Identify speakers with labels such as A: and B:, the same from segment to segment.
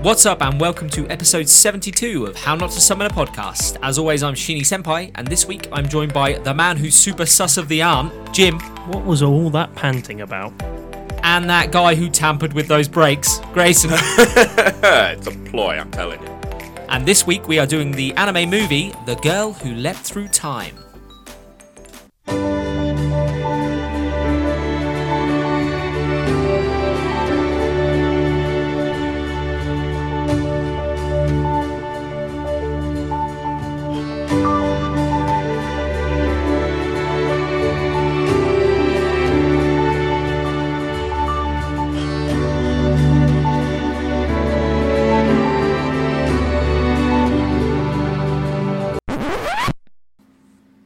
A: What's up, and welcome to episode 72 of How Not to Summon a Podcast. As always, I'm Shini Senpai, and this week I'm joined by the man who's super sus of the arm, Jim,
B: What was all that panting about?
A: and that guy who tampered with those brakes, Grayson.
C: it's a ploy, I'm telling you.
A: and this week we are doing the anime movie, The Girl Who Leapt Through Time.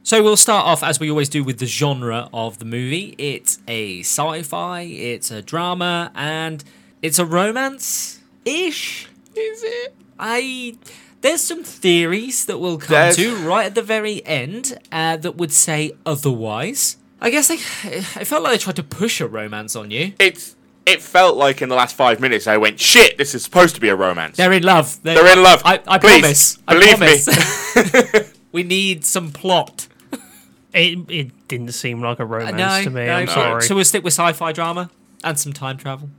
A: So we'll start off as we always do with the genre of the movie. It's a sci-fi, it's a drama, and it's a romance ish. Is it? I there's some theories that we'll come
C: There's-
A: to right at the very end uh, that would say otherwise. I guess they, it felt like they tried to push a romance on you.
C: It's it felt like in the last five minutes I went, shit, this is supposed to be a romance.
A: They're in love. They're,
C: They're in love.
A: I, I promise.
C: Please, believe
A: I
C: me.
A: promise. we need some plot.
B: It, it didn't seem like a romance
A: Uh, no,
B: to me.
A: no,
B: I'm
A: no.
B: sorry.
A: So we'll stick with sci-fi drama and some time travel,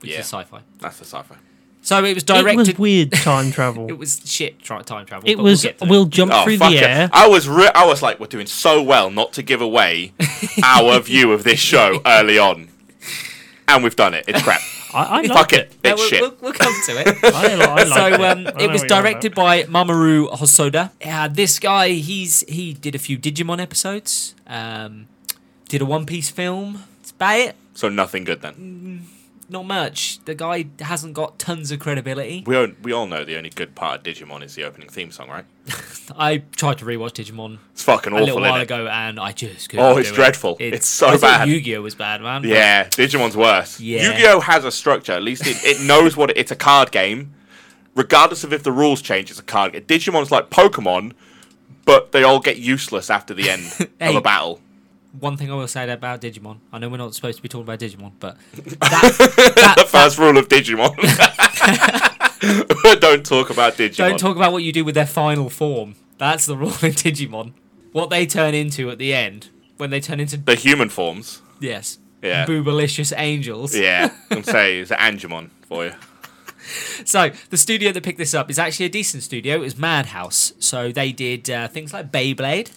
A: which
C: Yeah.
A: is sci-fi.
C: That's the cipher.
A: So it was
B: it
A: directed.
B: was weird time travel.
A: It was shit tra- time travel.
B: it
A: but
B: was.
A: We'll, get to
B: We'll,
A: that.
B: jump
C: Oh
B: through
C: fuck
B: the
C: it.
B: air.
C: I was re- I was like, we're doing so well not to give away our view of this show early on, and we've done it. It's crap.
B: I, I
C: fuck
B: liked
C: it.
B: it.
A: No,
C: It's
A: we'll,
C: shit.
A: we'll, we'll come to it.
B: I, li- I liked it.
A: so um,
B: I
A: it
B: know
A: was
B: what you're on
A: directed by Mamoru Hosoda. Uh, this guy, he's he did a few Digimon episodes. Um, did a One Piece film. That's about it.
C: so nothing good then.
A: Not much. The guy hasn't got tons of credibility.
C: We all, we all know the only good part of Digimon is the opening theme song, right?
A: I tried to rewatch Digimon
C: It's fucking
A: a little
C: awful.
A: while
C: Isn't it?
A: ago, and I just couldn't
C: Oh, it's
A: do it.
C: dreadful. It's so
A: I thought
C: bad.
A: Yu-Gi-Oh was bad, man.
C: Yeah, Digimon's worse.
A: Yeah.
C: Yu-Gi-Oh has a structure. At least it, it knows what it, it's a card game. Regardless of if the rules change, it's a card game. Digimon's like Pokemon, but they all get useless after the end of
A: Hey.
C: a battle.
A: one thing I will say about Digimon. I know we're not supposed to be talking about Digimon, but that,
C: The
A: that,
C: first rule of Digimon. Don't talk about Digimon.
A: don't talk about what you do with their final form. That's the rule in Digimon. What they turn into at the end when they turn into
C: the human forms.
A: yes,
C: Yeah.
A: boobalicious angels.
C: Yeah, I'm say it's Angemon for you.
A: So the studio that picked this up is actually a decent studio. It was Madhouse. So they did uh, things like Beyblade.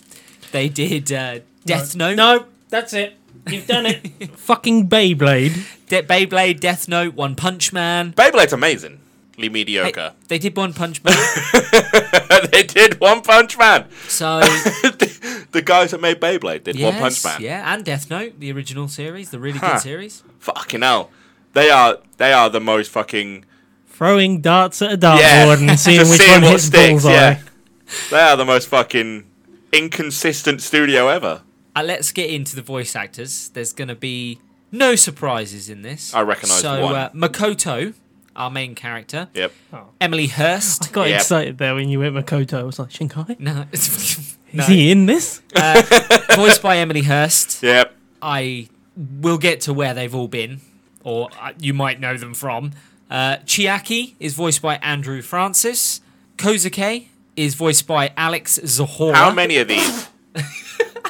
A: They did uh, Death Note.
B: about. No, that's it. You've done it. Fucking Beyblade.
A: De- Beyblade, Death Note, One Punch Man.
C: Beyblade's amazing. Lee
A: They-
C: mediocre.
A: They did One Punch Man.
C: they did One Punch Man.
A: so
C: the guys that made Beyblade did One Punch
A: Yes,
C: Man.
A: Yeah, and Death Note, the original series, the really
C: Huh.
A: good series.
C: Fucking hell. They are they are the most fucking
B: Throwing darts at a
C: yeah.
B: dartboard and
C: Just
B: seeing which one
C: what
B: hits bullseye.
C: They are the most fucking inconsistent studio ever.
A: Uh, let's get into the voice actors. There's going to be no surprises in this.
C: I recognise
A: so,
C: one.
A: Uh, Makoto, our main character.
C: Yep.
A: Emily
B: I
A: Hurst.
B: got
C: Yeah.
B: excited there when you went Makoto. I was like, Shinkai?
A: No, it's- no.
B: Is he in this?
A: voiced by Emily Hurst.
C: Yep.
A: I will get to where they've all been, or uh, you might know them from. Uh, Chiaki is voiced by Andrew Francis. Kozuke is voiced by Alex Zahora.
C: How many of these?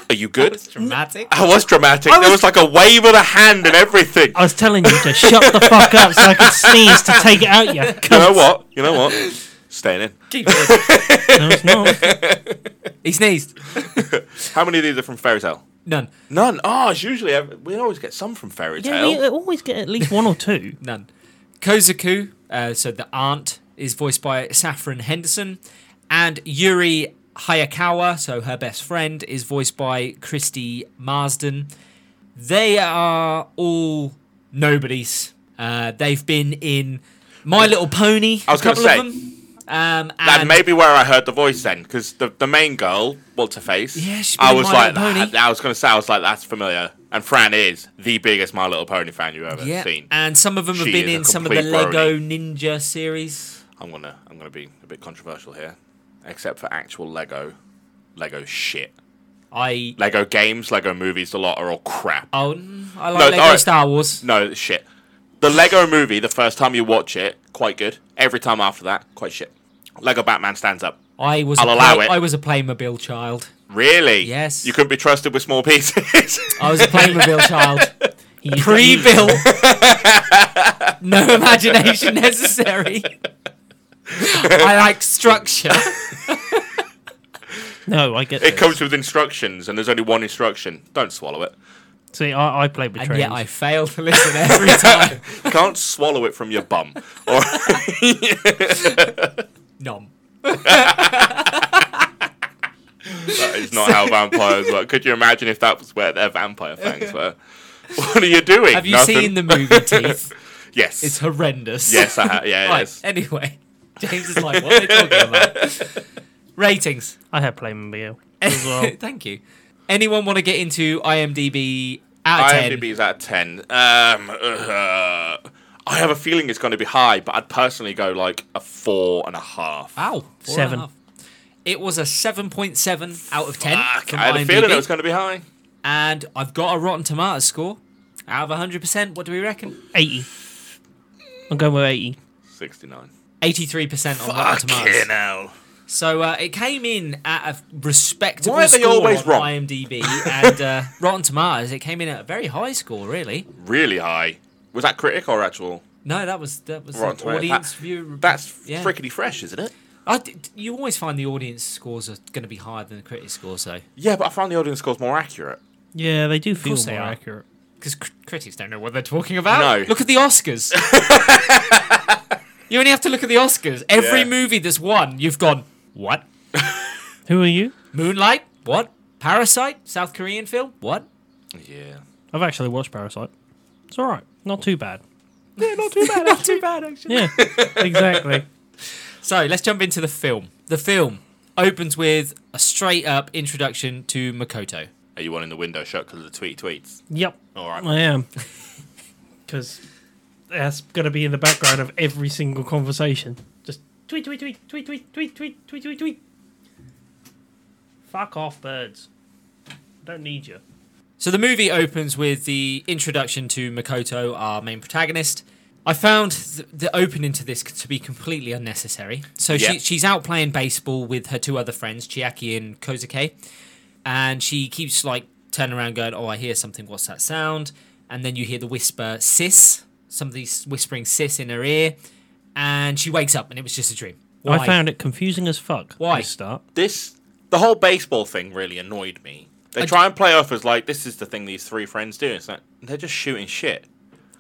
C: are you good?
A: Dramatic.
C: I was dramatic. there was like a wave of the hand and everything.
B: I was telling you to shut the fuck up so I could sneeze to take it out you.
C: you know what? You know what? Staying in.
A: Keep it.
B: No, it's not.
A: he sneezed.
C: How many of these are from Fairy Tale?
A: None.
C: None. Oh, it's usually ev- we always get some from Fairy
B: Yeah,
C: Tale.
B: we always get at least one or two.
A: None. Kozaku, uh, so the aunt, is voiced by Saffron Henderson, and Yuri Hayakawa, so her best friend, is voiced by Christy Marsden. They are all nobodies. Uh, they've been in My Little Pony.
C: I was
A: a
C: gonna
A: couple
C: say.
A: of them. Um,
C: That
A: and
C: may be where I heard the voice then, because the, the main girl, what's her face?
A: Yeah, she's been
C: I
A: in
C: was
A: My
C: like,
A: Little
C: that,
A: Pony.
C: I was gonna say, I was like, that's familiar. And Fran is the biggest My Little Pony fan you've ever
A: yeah,
C: seen.
A: and some of them have
C: She
A: been
C: is a
A: in some of the
C: complete brony.
A: Lego Ninja series.
C: I'm gonna I'm gonna be a bit controversial here, except for actual Lego, Lego shit,
A: I
C: Lego games, Lego movies, the lot are all crap.
A: oh, mm, I like
C: No,
A: Lego
C: alright.
A: Star Wars.
C: No shit. The Lego movie, the first time you watch it, quite good. Every time after that, quite shit. Lego Batman stands up.
A: I was
C: I'll
A: a
C: allow
A: Play-
C: it.
A: I was a Playmobil child.
C: Really?
A: Yes.
C: You couldn't be trusted with small pieces.
A: I was a Playmobil child.
B: He used to-
A: Pre-built. no imagination necessary. I like structure.
B: No, I get
C: it
B: this.
C: comes with instructions, and there's only one instruction. Don't swallow it.
B: See, I, I played with
A: And
B: trains.
A: yet I fail to listen every time.
C: You can't swallow it from your bum. Or
A: Nom.
C: that is not how vampires work. Could you imagine if that was where their vampire fangs were? What are you doing?
A: Have you
C: Nothing.
A: seen the movie Teeth?
C: Yes.
A: It's horrendous.
C: yes, I ha- yeah,
A: right,
C: yes.
A: anyway. James is like, what are they talking about? Ratings.
B: I had Playmobil as well.
A: Thank you. Anyone want to get into IMDb out of 10?
C: IMDb is at 10. Um, uh, I have a feeling it's going to be high, but I'd personally go like a four and a half.
A: Wow. four and a
B: Seven.
A: half. It was a 7.7 out of 10.
C: Fuck,
A: from
C: Ah, I had a
A: IMDb.
C: feeling it was going to be high.
A: And I've got a Rotten Tomatoes score out of 100%. What do we reckon?
B: 80. I'm going with 80.
C: 69.
A: 83% on Rotten
C: Fucking
A: Tomatoes.
C: hell.
A: So uh, it came in at a respectable
C: Why are they
A: score
C: always
A: on
C: wrong?
A: IMDb and uh, Rotten Tomatoes. It came in at a very high score, really.
C: Really high. Was that critic or actual?
A: No, that was that was
C: Rotten
A: an
C: Tomatoes.
A: audience
C: That-
A: view.
C: That's
A: yeah.
C: frickety fresh, isn't it?
A: I d- you always find the audience scores are going to be higher than the critic scores, though,
C: Yeah, but I found the audience scores more accurate.
B: Yeah, they do feel
A: course they
B: more
A: are.
B: accurate.
A: because cr- critics don't know what they're talking about.
C: No.
A: Look at the Oscars. you only have to look at the Oscars. Every
C: Yeah.
A: movie that's won, you've gone what?
B: Who are you?
A: Moonlight? What? Parasite? South Korean film? What?
C: Yeah.
B: I've actually watched Parasite. It's all right. Not too bad.
A: not too bad. not too bad actually.
B: Yeah, exactly.
A: So let's jump into the film. The film opens with a straight up introduction to Makoto.
C: Are you one in the window shut because of the tweet tweets?
B: Yep.
C: All right.
B: I am. Because that's going to be in the background of every single conversation. Just tweet, tweet, tweet, tweet, tweet, tweet, tweet, tweet, tweet, tweet. Fuck off, birds. Don't need you.
A: So the movie opens with the introduction to Makoto, our main protagonist. I found th- the opening to this to be completely unnecessary. So
C: Yeah.
A: she, she's out playing baseball with her two other friends, Chiaki and Kozuke, and she keeps like turning around, going, "Oh, I hear something. What's that sound?" And then you hear the whisper, "Sis." Somebody's whispering "sis" in her ear, and she wakes up, and it was just a dream. Why?
B: I found it confusing as fuck.
A: Why?
B: to start?
C: This, the whole baseball thing really annoyed me. They
A: I-
C: try and play off as like this is the thing these three friends do. It's like they're just shooting shit.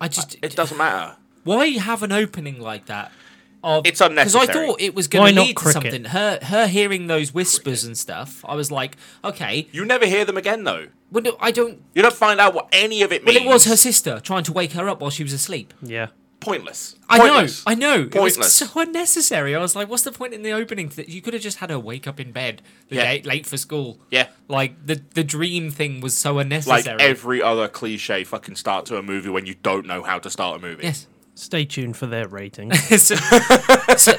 A: I just
C: It doesn't matter.
A: Why have an opening like that? Of,
C: It's
A: Because I
C: unnecessary.
A: thought it was
B: Why
A: going to
B: not
A: lead to
B: cricket?
A: something. Her her hearing those whispers and stuff. I was like, okay,
C: You never hear them again though.
A: well, no, I don't.
C: You don't find out what any of it
A: Well,
C: means.
A: it was her sister trying to wake her up while she was asleep.
B: Yeah.
C: pointless.
A: I
C: Pointless.
A: know, I know. It was
C: Pointless.
A: so unnecessary. I was like, what's the point in the opening? That you could have just had her wake up in bed the
C: Yeah.
A: day late for school.
C: Yeah.
A: Like the the dream thing was so
C: Like
A: unnecessary.
C: every other cliche fucking start to a movie when you don't know how to start a movie.
A: yes.
B: Stay tuned for their rating.
A: so, so,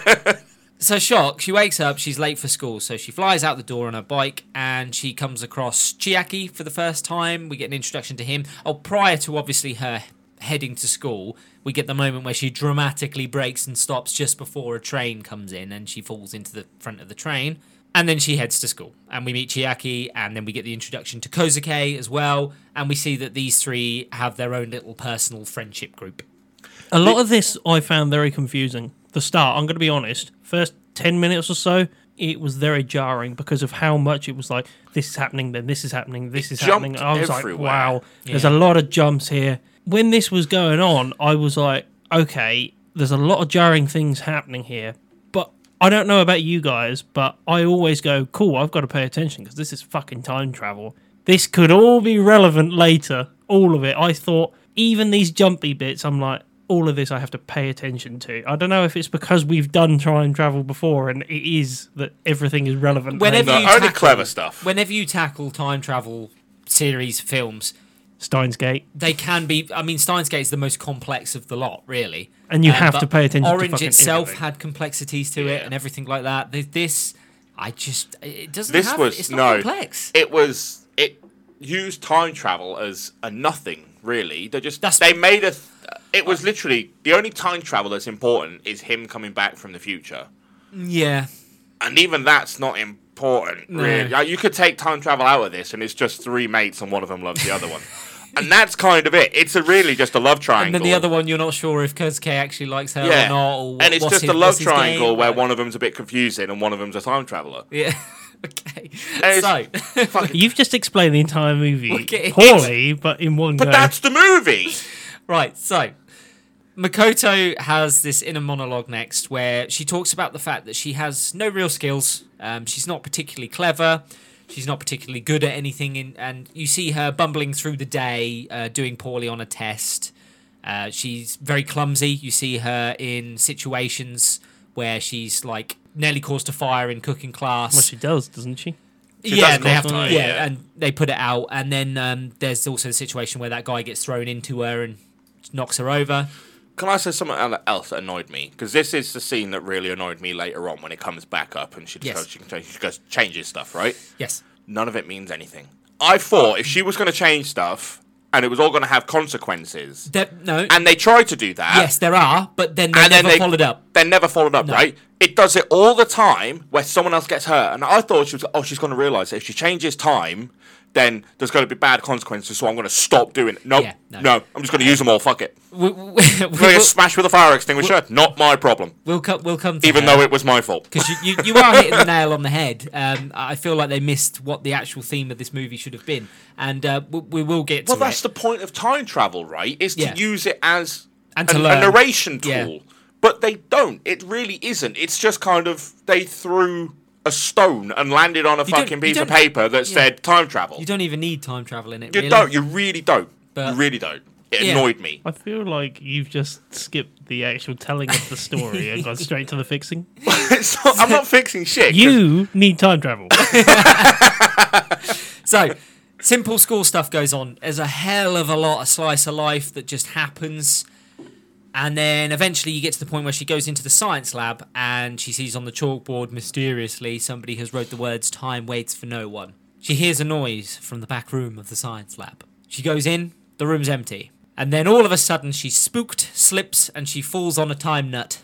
A: so shock. She wakes up. She's late for school, so she flies out the door on her bike, and she comes across Chiaki for the first time. We get an introduction to him. Oh, prior to obviously her heading to school, we get the moment where she dramatically breaks and stops just before a train comes in, and she falls into the front of the train. And then she heads to school, and we meet Chiaki, and then we get the introduction to Kozuke as well, and we see that these three have their own little personal friendship group.
B: A lot of this I found very confusing. The start, I'm going to be honest, first 10 minutes or so, it was very jarring because of how much it was like, this is happening, then this is happening, this is happening.
C: jumped
B: I was
C: everywhere.
B: like, wow, there's a lot of jumps here. When this was going on, I was like, okay, there's a lot of jarring things happening here. But I don't know about you guys, but I always go, cool, I've got to pay attention because this is fucking time travel. This could all be relevant later. All of it. I thought, even these jumpy bits, I'm like, all of this I have to pay attention to. I don't know if it's because we've done time travel before and it is that everything is relevant.
A: Whenever
B: later.
C: No,
A: you
C: only
A: tackle-
C: clever stuff.
A: whenever you tackle time travel series films,
B: Steins Gate.
A: they can be. I mean, Steins Gate is the most complex of the lot, really.
B: And you
A: Uh,
B: have
A: but
B: to pay attention to
A: Orange
B: fucking
A: itself
B: everything.
A: had complexities to it
C: Yeah.
A: and everything like that. Th- This, I just, it doesn't.
C: This
A: have,
C: was
A: it's
C: no.
A: not complex.
C: It was it used time travel as a nothing really. They just
A: That's- Uh.
C: they made a. th- It was literally the only time travel that's important is him coming back from the future,
A: Yeah.
C: and even that's not important.
A: No.
C: Really, Like, you could take time travel out of this, and it's just three mates, and one of them loves the other one, and that's kind of it. It's a really just a love
A: And
C: triangle.
A: then the other one, you're not sure if Kurzuke actually likes her
C: yeah,
A: or not. Or
C: and it's
A: what's
C: just
A: his-
C: a love
A: what's his game.
C: triangle where one of them's a bit confusing and one of them's a time traveler.
A: Yeah. okay.
C: it's-
A: So,
B: You've just explained the entire movie
A: Look, it's-
B: poorly, but in one
C: But
B: go.
C: that's the movie.
A: Right, so Makoto has this inner monologue next where she talks about the fact that she has no real skills. Um, she's not particularly clever. She's not particularly good at anything. In, and you see her bumbling through the day, uh, doing poorly on a test. Uh, she's very clumsy. You see her in situations where she's like nearly caused a fire in cooking class
B: well, she does, doesn't she?
C: She
A: yeah,
C: does
A: they have to,
C: constantly,
A: yeah,
C: yeah.
A: and they put it out, and then um, there's also the situation where that guy gets thrown into her and knocks her over.
C: Can I say something el- else that annoyed me? Because this is the scene that really annoyed me later on when it comes back up and she just
A: Yes.
C: goes, she, can change, she goes changes stuff, right?
A: Yes,
C: None of it means anything. I thought if she was going to change stuff and it was all going to have consequences,
A: there, no,
C: and they tried to do that,
A: yes, there are, but then they're
C: and then
A: never
C: they
A: followed up.
C: They're never followed up, right? It does it all the time where someone else gets hurt, and I thought she was, oh, she's going to realize that if she changes time, then there's going to be bad consequences. So I'm going to stop doing it. Nope,
A: Yeah, no.
C: no, I'm just going to use them all. Fuck it.
A: We, we, we,
C: I'm going to
A: will
C: get smashed with a fire extinguisher. Not my problem.
A: we'll come. We'll come. To
C: Even though it was my fault.
A: because you, you, you are hitting the nail on the head. Um, I feel like they missed what the actual theme of this movie should have been, and uh, we, we will get
C: Well,
A: to
C: that's
A: it.
C: the point of time travel, right? Is to
A: Yeah.
C: use it as
A: And to
C: an,
A: learn.
C: a narration tool.
A: Yeah.
C: But they don't. It really isn't. It's just kind of they threw a stone and landed on a
A: don't-
C: fucking
A: you
C: piece of
A: don't-
C: paper that said time travel.
A: you don't even need time travel in it.
C: You
A: really.
C: don't. You really don't. you
A: But-
C: really don't. It
A: Yeah.
C: annoyed me.
B: I feel like you've just skipped the actual telling of the story and gone straight to the fixing.
C: It's not- I'm not fixing shit. 'cause-
B: You need time travel.
A: So, simple school stuff goes on. There's a hell of a lot of slice of life that just happens. And then eventually you get to the point where she goes into the science lab and she sees on the chalkboard mysteriously somebody has wrote the words time waits for no one. She hears a noise from the back room of the science lab. She goes in, the room's empty. And then all of a sudden she's spooked, slips, and she falls on a time nut.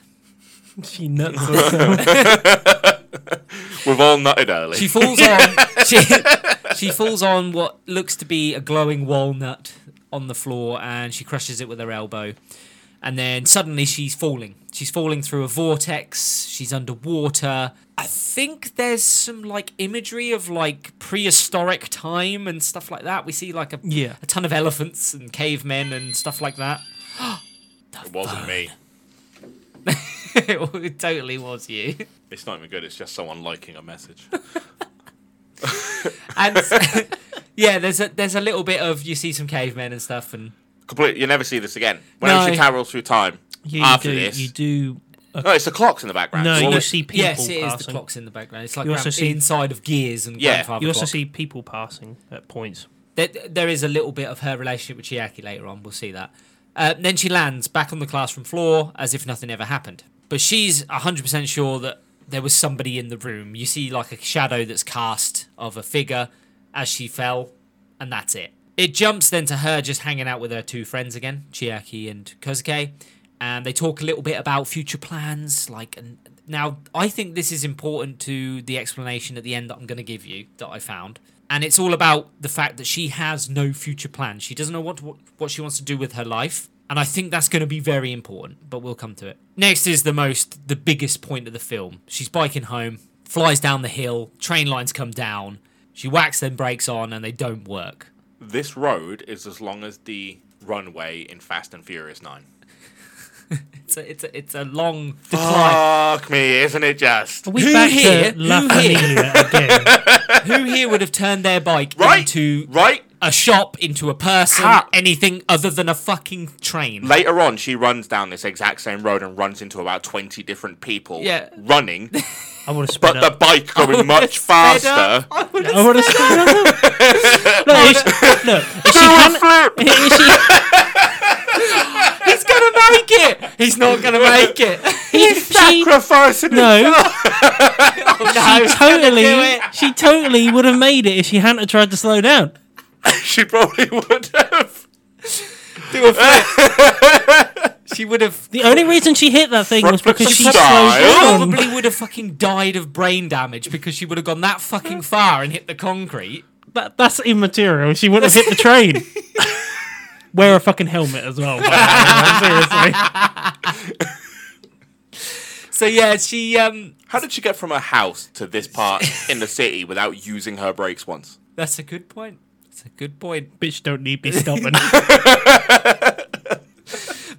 B: she nuts herself.
C: We've all nutted early.
A: She falls on she, she falls on what looks to be a glowing walnut on the floor and she crushes it with her elbow. And then suddenly she's falling. She's falling through a vortex, she's underwater. I think there's some like imagery of like prehistoric time and stuff like that. We see like a
B: Yeah.
A: a ton of elephants and cavemen and stuff like that.
C: it wasn't me.
A: it totally was you.
C: It's not even good. It's just someone liking a message.
A: And yeah, there's a there's a little bit of you see some cavemen and stuff and
C: Completely. You never see this again. Whenever she
A: No.
C: travels through time
B: You
C: after
B: do.
C: this,
B: You do.
C: no, it's the clocks in the background.
B: No,
C: It's
B: you
C: always-
B: see people
A: Yes, it is
B: passing.
A: the clocks in the background. It's like
B: You also
A: grand-
B: see-
A: inside of gears and
C: Yeah.
A: grandfather
B: You also
A: clock.
B: see people passing at points.
A: There, there is a little bit of her relationship with Chiaki later on. We'll see that. Uh, then she lands back on the classroom floor as if nothing ever happened. But she's 100% sure that there was somebody in the room. You see, like, a shadow that's cast of a figure as she fell, and that's it. It jumps then to her just hanging out with her two friends again, Chiaki and Kozuke. And they talk a little bit about future plans. Like, and now I think this is important to the explanation at the end that I'm going to give you that I found. And it's all about the fact that she has no future plans. She doesn't know what, what, what she wants to do with her life. And I think that's going to be very important, but we'll come to it. Next is the most, the biggest point of the film. She's biking home, flies down the hill, train lines come down. She whacks them brakes on and they don't work.
C: this road is as long as the runway in Fast and Furious Nine.
A: It's a, it's a, it's a long decline.
C: Fuck me, isn't it just?
B: Are we
A: Who
B: back
A: here-
B: to La
A: who here-
B: Familia again?
A: Who here would have turned their bike
C: Right,
A: into
C: right.
A: a shop, into a person,
C: Ha.
A: anything other than a fucking train?
C: Later on, she runs down this exact same road and runs into about twenty different people
A: Yeah. Oh,
C: running,
B: I want to
C: but
B: split
C: the
B: up.
C: bike going much
A: Fed up.
C: faster.
A: I would have
B: I want to split up. No, if- look, if she hadn't-
C: Flip.
B: if she-
A: He's gonna make it. He's not gonna make it.
B: if she-
C: Sacrificing
B: no,
A: no,
B: she totally,
A: it.
B: she totally would have made it if she hadn't have tried to slow down.
C: She probably would have.
A: do a flip. She would have.
B: The only reason she hit that thing was
C: Front
B: because she
C: foot
B: kept slows
C: style.
B: down.
A: Probably would have fucking died of brain damage because she would have gone that fucking far and hit the concrete.
B: That, that's immaterial. She wouldn't have hit the train. Wear a fucking helmet as well. Seriously.
A: So yeah, she um
C: How did she get from her house to this part in the city without using her brakes once?
A: that's a good point. That's a good point.
B: Bitch, don't need be stubborn.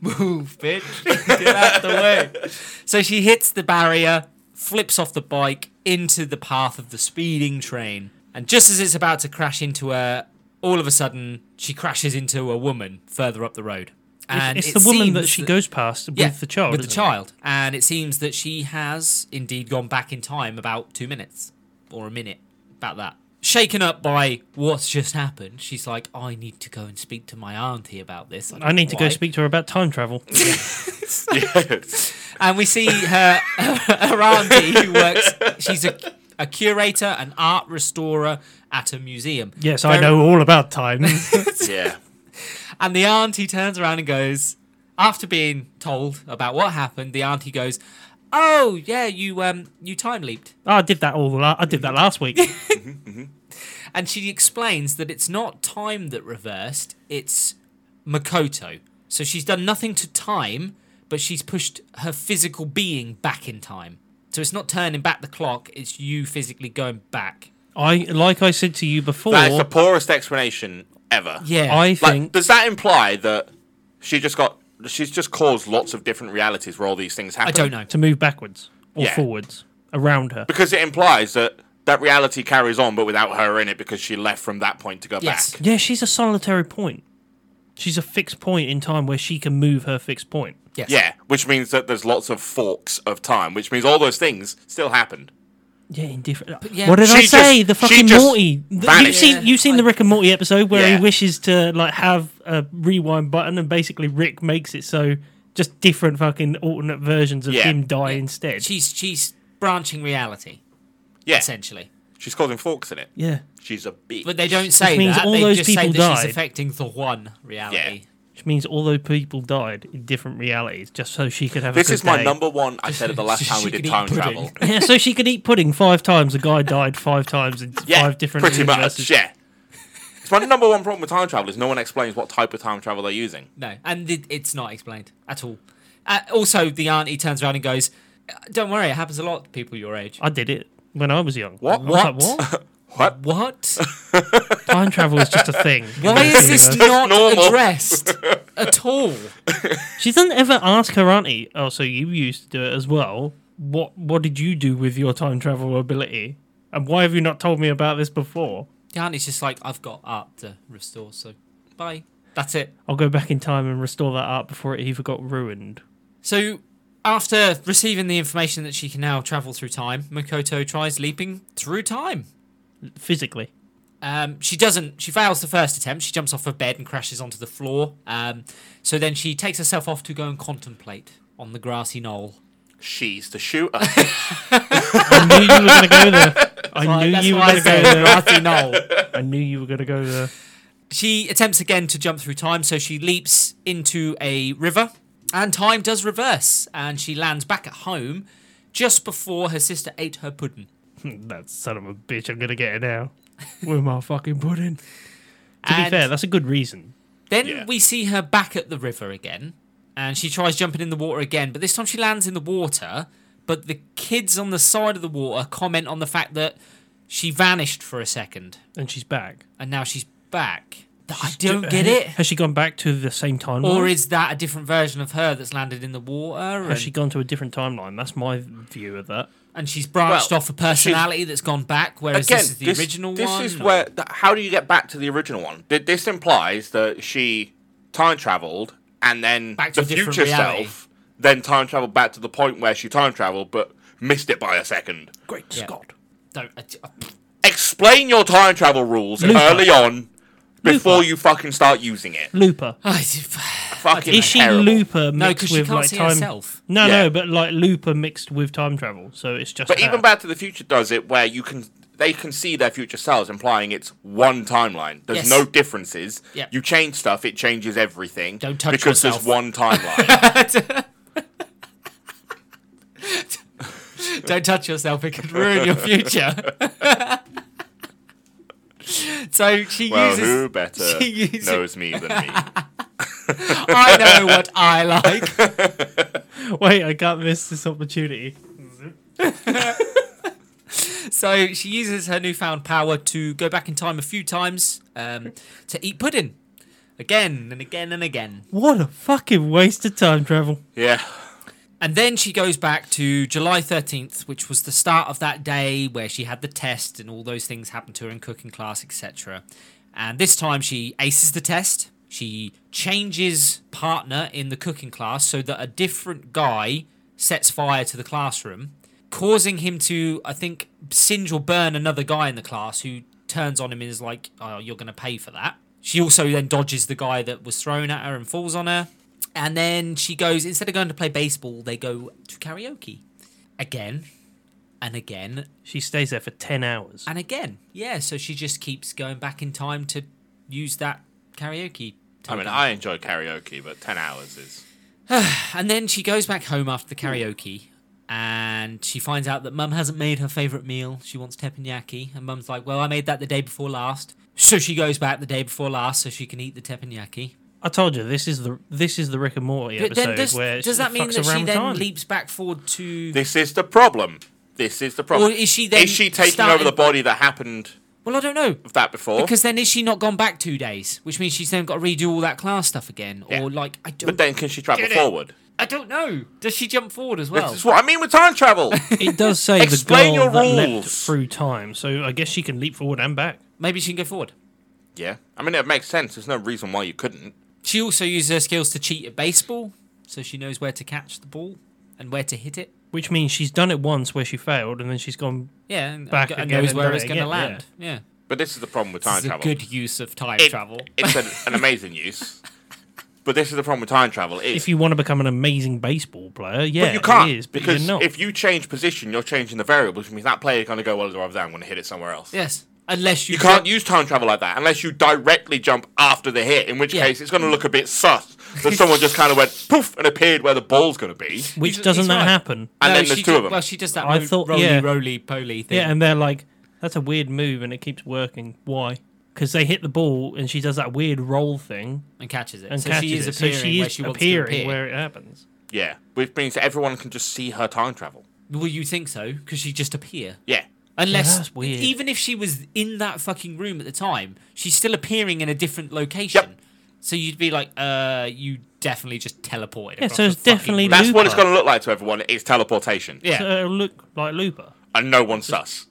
A: move, bitch. Get out the way. So she hits the barrier, flips off the bike into the path of the speeding train. And just as it's about to crash into her, all of a sudden she crashes into a woman further up the road. And
B: it's
A: it
B: the woman that
A: seems
B: she goes past
A: yeah,
B: with the child.
A: With the
B: isn't it?
A: child. And it seems that she has indeed gone back in time about two minutes or a minute, about that. Shaken up by what's just happened, she's like, I need to go and speak to my auntie about this.
B: I need to go
A: speak.
B: speak to her about time travel.
C: Yeah.
A: and we see her, her auntie who works. She's a, a curator, an art restorer at a museum.
B: Yes, I
A: Very-
B: know all about time.
C: yeah.
A: And the auntie turns around and goes, after being told about what happened, the auntie goes, "Oh yeah, you um you time leaped."
B: I did that all. La- I did that last week.
A: And she explains that it's not time that reversed; it's Makoto. So she's done nothing to time, but she's pushed her physical being back in time. So it's not turning back the clock; it's you physically going back.
B: I like I said to you before.
C: That is the poorest explanation ever.
A: Yeah.
B: I
C: Like,
B: think
C: does that imply that she just got she's just caused lots of different realities where all these things happen?
A: I don't know.
B: to move backwards or
C: Yeah.
B: forwards around her.
C: Because it implies that that reality carries on, but without her in it, because she left from that point to go
A: Yes.
C: back.
B: Yeah, she's a solitary point. She's a fixed point in time where she can move her fixed point.
A: Yes.
C: Yeah, which means that there's lots of forks of time, which means all those things still happened.
B: Yeah, indifferent.
A: yeah,
B: what did I
C: she
B: say?
C: just-
B: the
C: she
B: fucking
C: just
B: Morty. The- You've
C: vanished.
B: seen
A: Yeah,
B: you've seen the Rick and Morty episode where
C: Yeah.
B: he wishes to like have a rewind button, and basically Rick makes it so just different fucking alternate versions of
C: Yeah.
B: him die instead.
A: She's she's branching reality
C: Yeah,
A: essentially,
C: she's causing forks in it.
B: yeah,
C: She's a bitch.
A: but they don't say
B: means
A: that.
B: all
A: they
B: those
A: just say
B: people
A: that
B: died.
A: she's affecting the one reality.
B: which means all those people died in different realities just so she could have.
C: this
B: a good
C: is my
B: day.
C: number one. I said it the last
A: She
C: time we
A: could
C: did
A: eat
C: time
A: pudding.
C: travel.
B: Yeah, so she could eat pudding five times. A guy died five times in
C: Yeah,
B: five different
C: pretty
B: universes.
C: much. Yeah. It's my number one problem with time travel is no one explains what type of time travel they're using.
A: No, and it, it's not explained at all. Uh, also, the auntie turns around and goes, "Uh, "Don't worry, it happens a lot to people your age."
B: I did it when I was young.
C: What?
B: I was like,
A: What?
B: what?
C: What?
A: What?
B: Time travel is just a thing.
A: Why is this
B: universe.
A: not
C: normal.
A: addressed at all?
B: She doesn't ever ask her auntie. Oh, so you used to do it as well. What? What did you do with your time travel ability? And why have you not told me about this before?
A: The auntie's just like, "I've got art to restore, so bye." That's it.
B: I'll go back in time and restore that art before it even got ruined.
A: So, after receiving the information that she can now travel through time, Makoto tries leaping through time.
B: Physically,
A: Um, she doesn't. She fails the first attempt. She jumps off her bed and crashes onto the floor. Um, so then she takes herself off to go and contemplate on the grassy knoll.
C: She's the shooter.
B: I knew you were going to go there. I
A: Like,
B: knew
A: that's
B: you were
A: why I
B: going to go
A: said
B: there.
A: grassy knoll.
B: I knew you were going to go there.
A: She attempts again to jump through time. So she leaps into a river, and time does reverse, and she lands back at home just before her sister ate her pudding.
B: That son of a bitch, I'm gonna get it now. With my fucking pudding. To be
A: And-
B: fair, that's a good reason.
A: Then
C: Yeah.
A: we see her back at the river again, and she tries jumping in the water again, but this time she lands in the water. But the kids on the side of the water comment on the fact that she vanished for a second,
B: And she's back.
A: and now she's back. I don't get it.
B: Has she gone back to the same timeline?
A: Or is that a different version of her that's landed in the water? And,
B: has she gone to a different timeline? That's my view of that.
A: and she's branched
C: Well,
A: off a personality that's gone back, whereas
C: Again,
A: this is the original
C: this
A: one.
C: is
A: or-
C: where. th- How do you get back to the original one? Th- This implies that she time traveled and then
A: Back to
C: the
A: a different
C: future
A: reality.
C: self then time traveled back to the point where she time traveled but missed it by a second.
B: Great Scott.
A: Don't, I- I-
C: Explain your time travel rules
B: Looper.
C: early on before
B: Looper.
C: you fucking start using it.
B: Looper.
A: I-
C: Fucking
B: Is she
C: terrible.
B: Looper mixed
A: No, 'cause she
B: with
A: can't
B: like
A: see
B: time?
A: herself.
B: No,
C: Yeah.
B: no, but like Looper mixed with time travel. So it's just.
C: But
B: her.
C: even Back to the Future does it where you can they can see their future selves, implying it's one timeline.
A: Yes.
C: There's no differences.
A: Yep.
C: You change stuff, it changes everything.
A: Don't touch
C: because
A: yourself.
C: there's one timeline.
A: Don't touch yourself; it could ruin your future. so she
C: well,
A: uses.
C: who better
A: she uses-
C: knows me than me?
A: I know what I like.
B: Wait, I can't miss this opportunity.
A: So she uses her newfound power to go back in time a few times um, to eat pudding, again and again and again.
B: What a fucking waste of time travel.
C: Yeah.
A: And then she goes back to July 13th, which was the start of that day where she had the test and all those things happened to her in cooking class, etc. And this time she aces the test. She changes partner in the cooking class so that a different guy sets fire to the classroom, causing him to, I think, singe or burn another guy in the class who turns on him and is like, oh, you're going to pay for that. She also then dodges the guy that was thrown at her and falls on her. And then she goes, instead of going to play baseball, they go to karaoke. Again and again
B: She stays there for 10 hours.
A: and again. Yeah, so she just keeps going back in time to use that karaoke.
C: I mean,
A: token.
C: I enjoy karaoke, but 10 hours is.
A: And then she goes back home after the karaoke and she finds out that mum hasn't made her favourite meal. She wants teppanyaki. And mum's like, well, I made that the day before last. So she goes back the day before last so she can eat the teppanyaki.
B: I told you this is the this is the Rick and Morty
A: But
B: episode
A: then does,
B: where
A: does
B: she
A: that mean
B: fucks
A: that
B: around
A: she
B: with
A: then
B: time.
A: leaps back forward to.
C: This is the problem. This is the problem.
A: Or is she then
C: Is she taking over
A: starting-
C: the body that happened
A: well, I don't know.
C: of that before?
A: Because then is she not gone back two days? Which means she's then got to redo all that class stuff again.
C: Yeah.
A: Or like I don't
C: but then can she travel
A: Get it.
C: forward?
A: I don't know. Does she jump forward as well?
C: This is what I mean with time travel.
B: It does say the girl
C: Explain your
B: that leapt
C: rules.
B: through time, so I guess she can leap forward and back.
A: Maybe she can go forward.
C: yeah. I mean, it makes sense. There's no reason why you couldn't.
A: She also uses her skills to cheat at baseball, so she knows where to catch the ball and where to hit it.
B: Which means she's done it once where she failed, and then she's gone.
A: Yeah, and,
B: Back
A: and
B: again
A: knows
B: and
A: where
B: done
A: it's
B: it
A: going to
B: again,
A: land. Yeah,
C: But this is the problem with
A: This
C: time
A: is a
C: travel.
A: good use of time
C: It-
A: travel.
C: It's an, an amazing use. But this is the problem with time travel. Is
B: If you want to become an amazing baseball player, yeah,
C: but you can't
B: it is, but
C: because
B: you're not.
C: if you change position, you're changing the variables. Which means that player is going to go well over there. I'm going to hit it somewhere else.
A: Yes, unless you,
C: You can't use time travel like that unless you directly jump after the hit, in which
A: Yeah.
C: case it's going to look a bit sus that someone just kind of went poof and appeared where the ball's going to be.
B: Which
A: he's-
B: doesn't
A: he's
B: that
A: right.
B: happen?
C: And
A: No,
C: then there's
A: she
C: two
A: ju-
C: of them.
A: Well, she does that.
B: I
A: ro-
B: thought-
A: roly
B: yeah.
A: roly poly thing.
B: Yeah, and they're like, "That's a weird move, and it keeps working. Why?" Because they hit the ball, and she does that weird roll thing
A: and catches it.
B: and
A: so
B: catches
A: she is
B: it.
A: appearing
B: so she is
A: where she wants
B: appearing
A: to appear.
B: where it happens.
C: Yeah, which means that everyone can just see her time travel.
A: Well, you think so because she just appear.
C: Yeah,
A: Unless
B: that's weird.
A: even if she was in that fucking room at the time, she's still appearing in a different location.
C: Yep.
A: So you'd be like, uh, you definitely just teleported.
B: Yeah,
A: across
B: so
A: the
B: it's
A: fucking
B: definitely
A: room.
C: that's what it's
B: Looper.
C: going to look like to everyone. It's teleportation.
A: yeah.
B: So it'll look like Looper.
C: and no one's sus.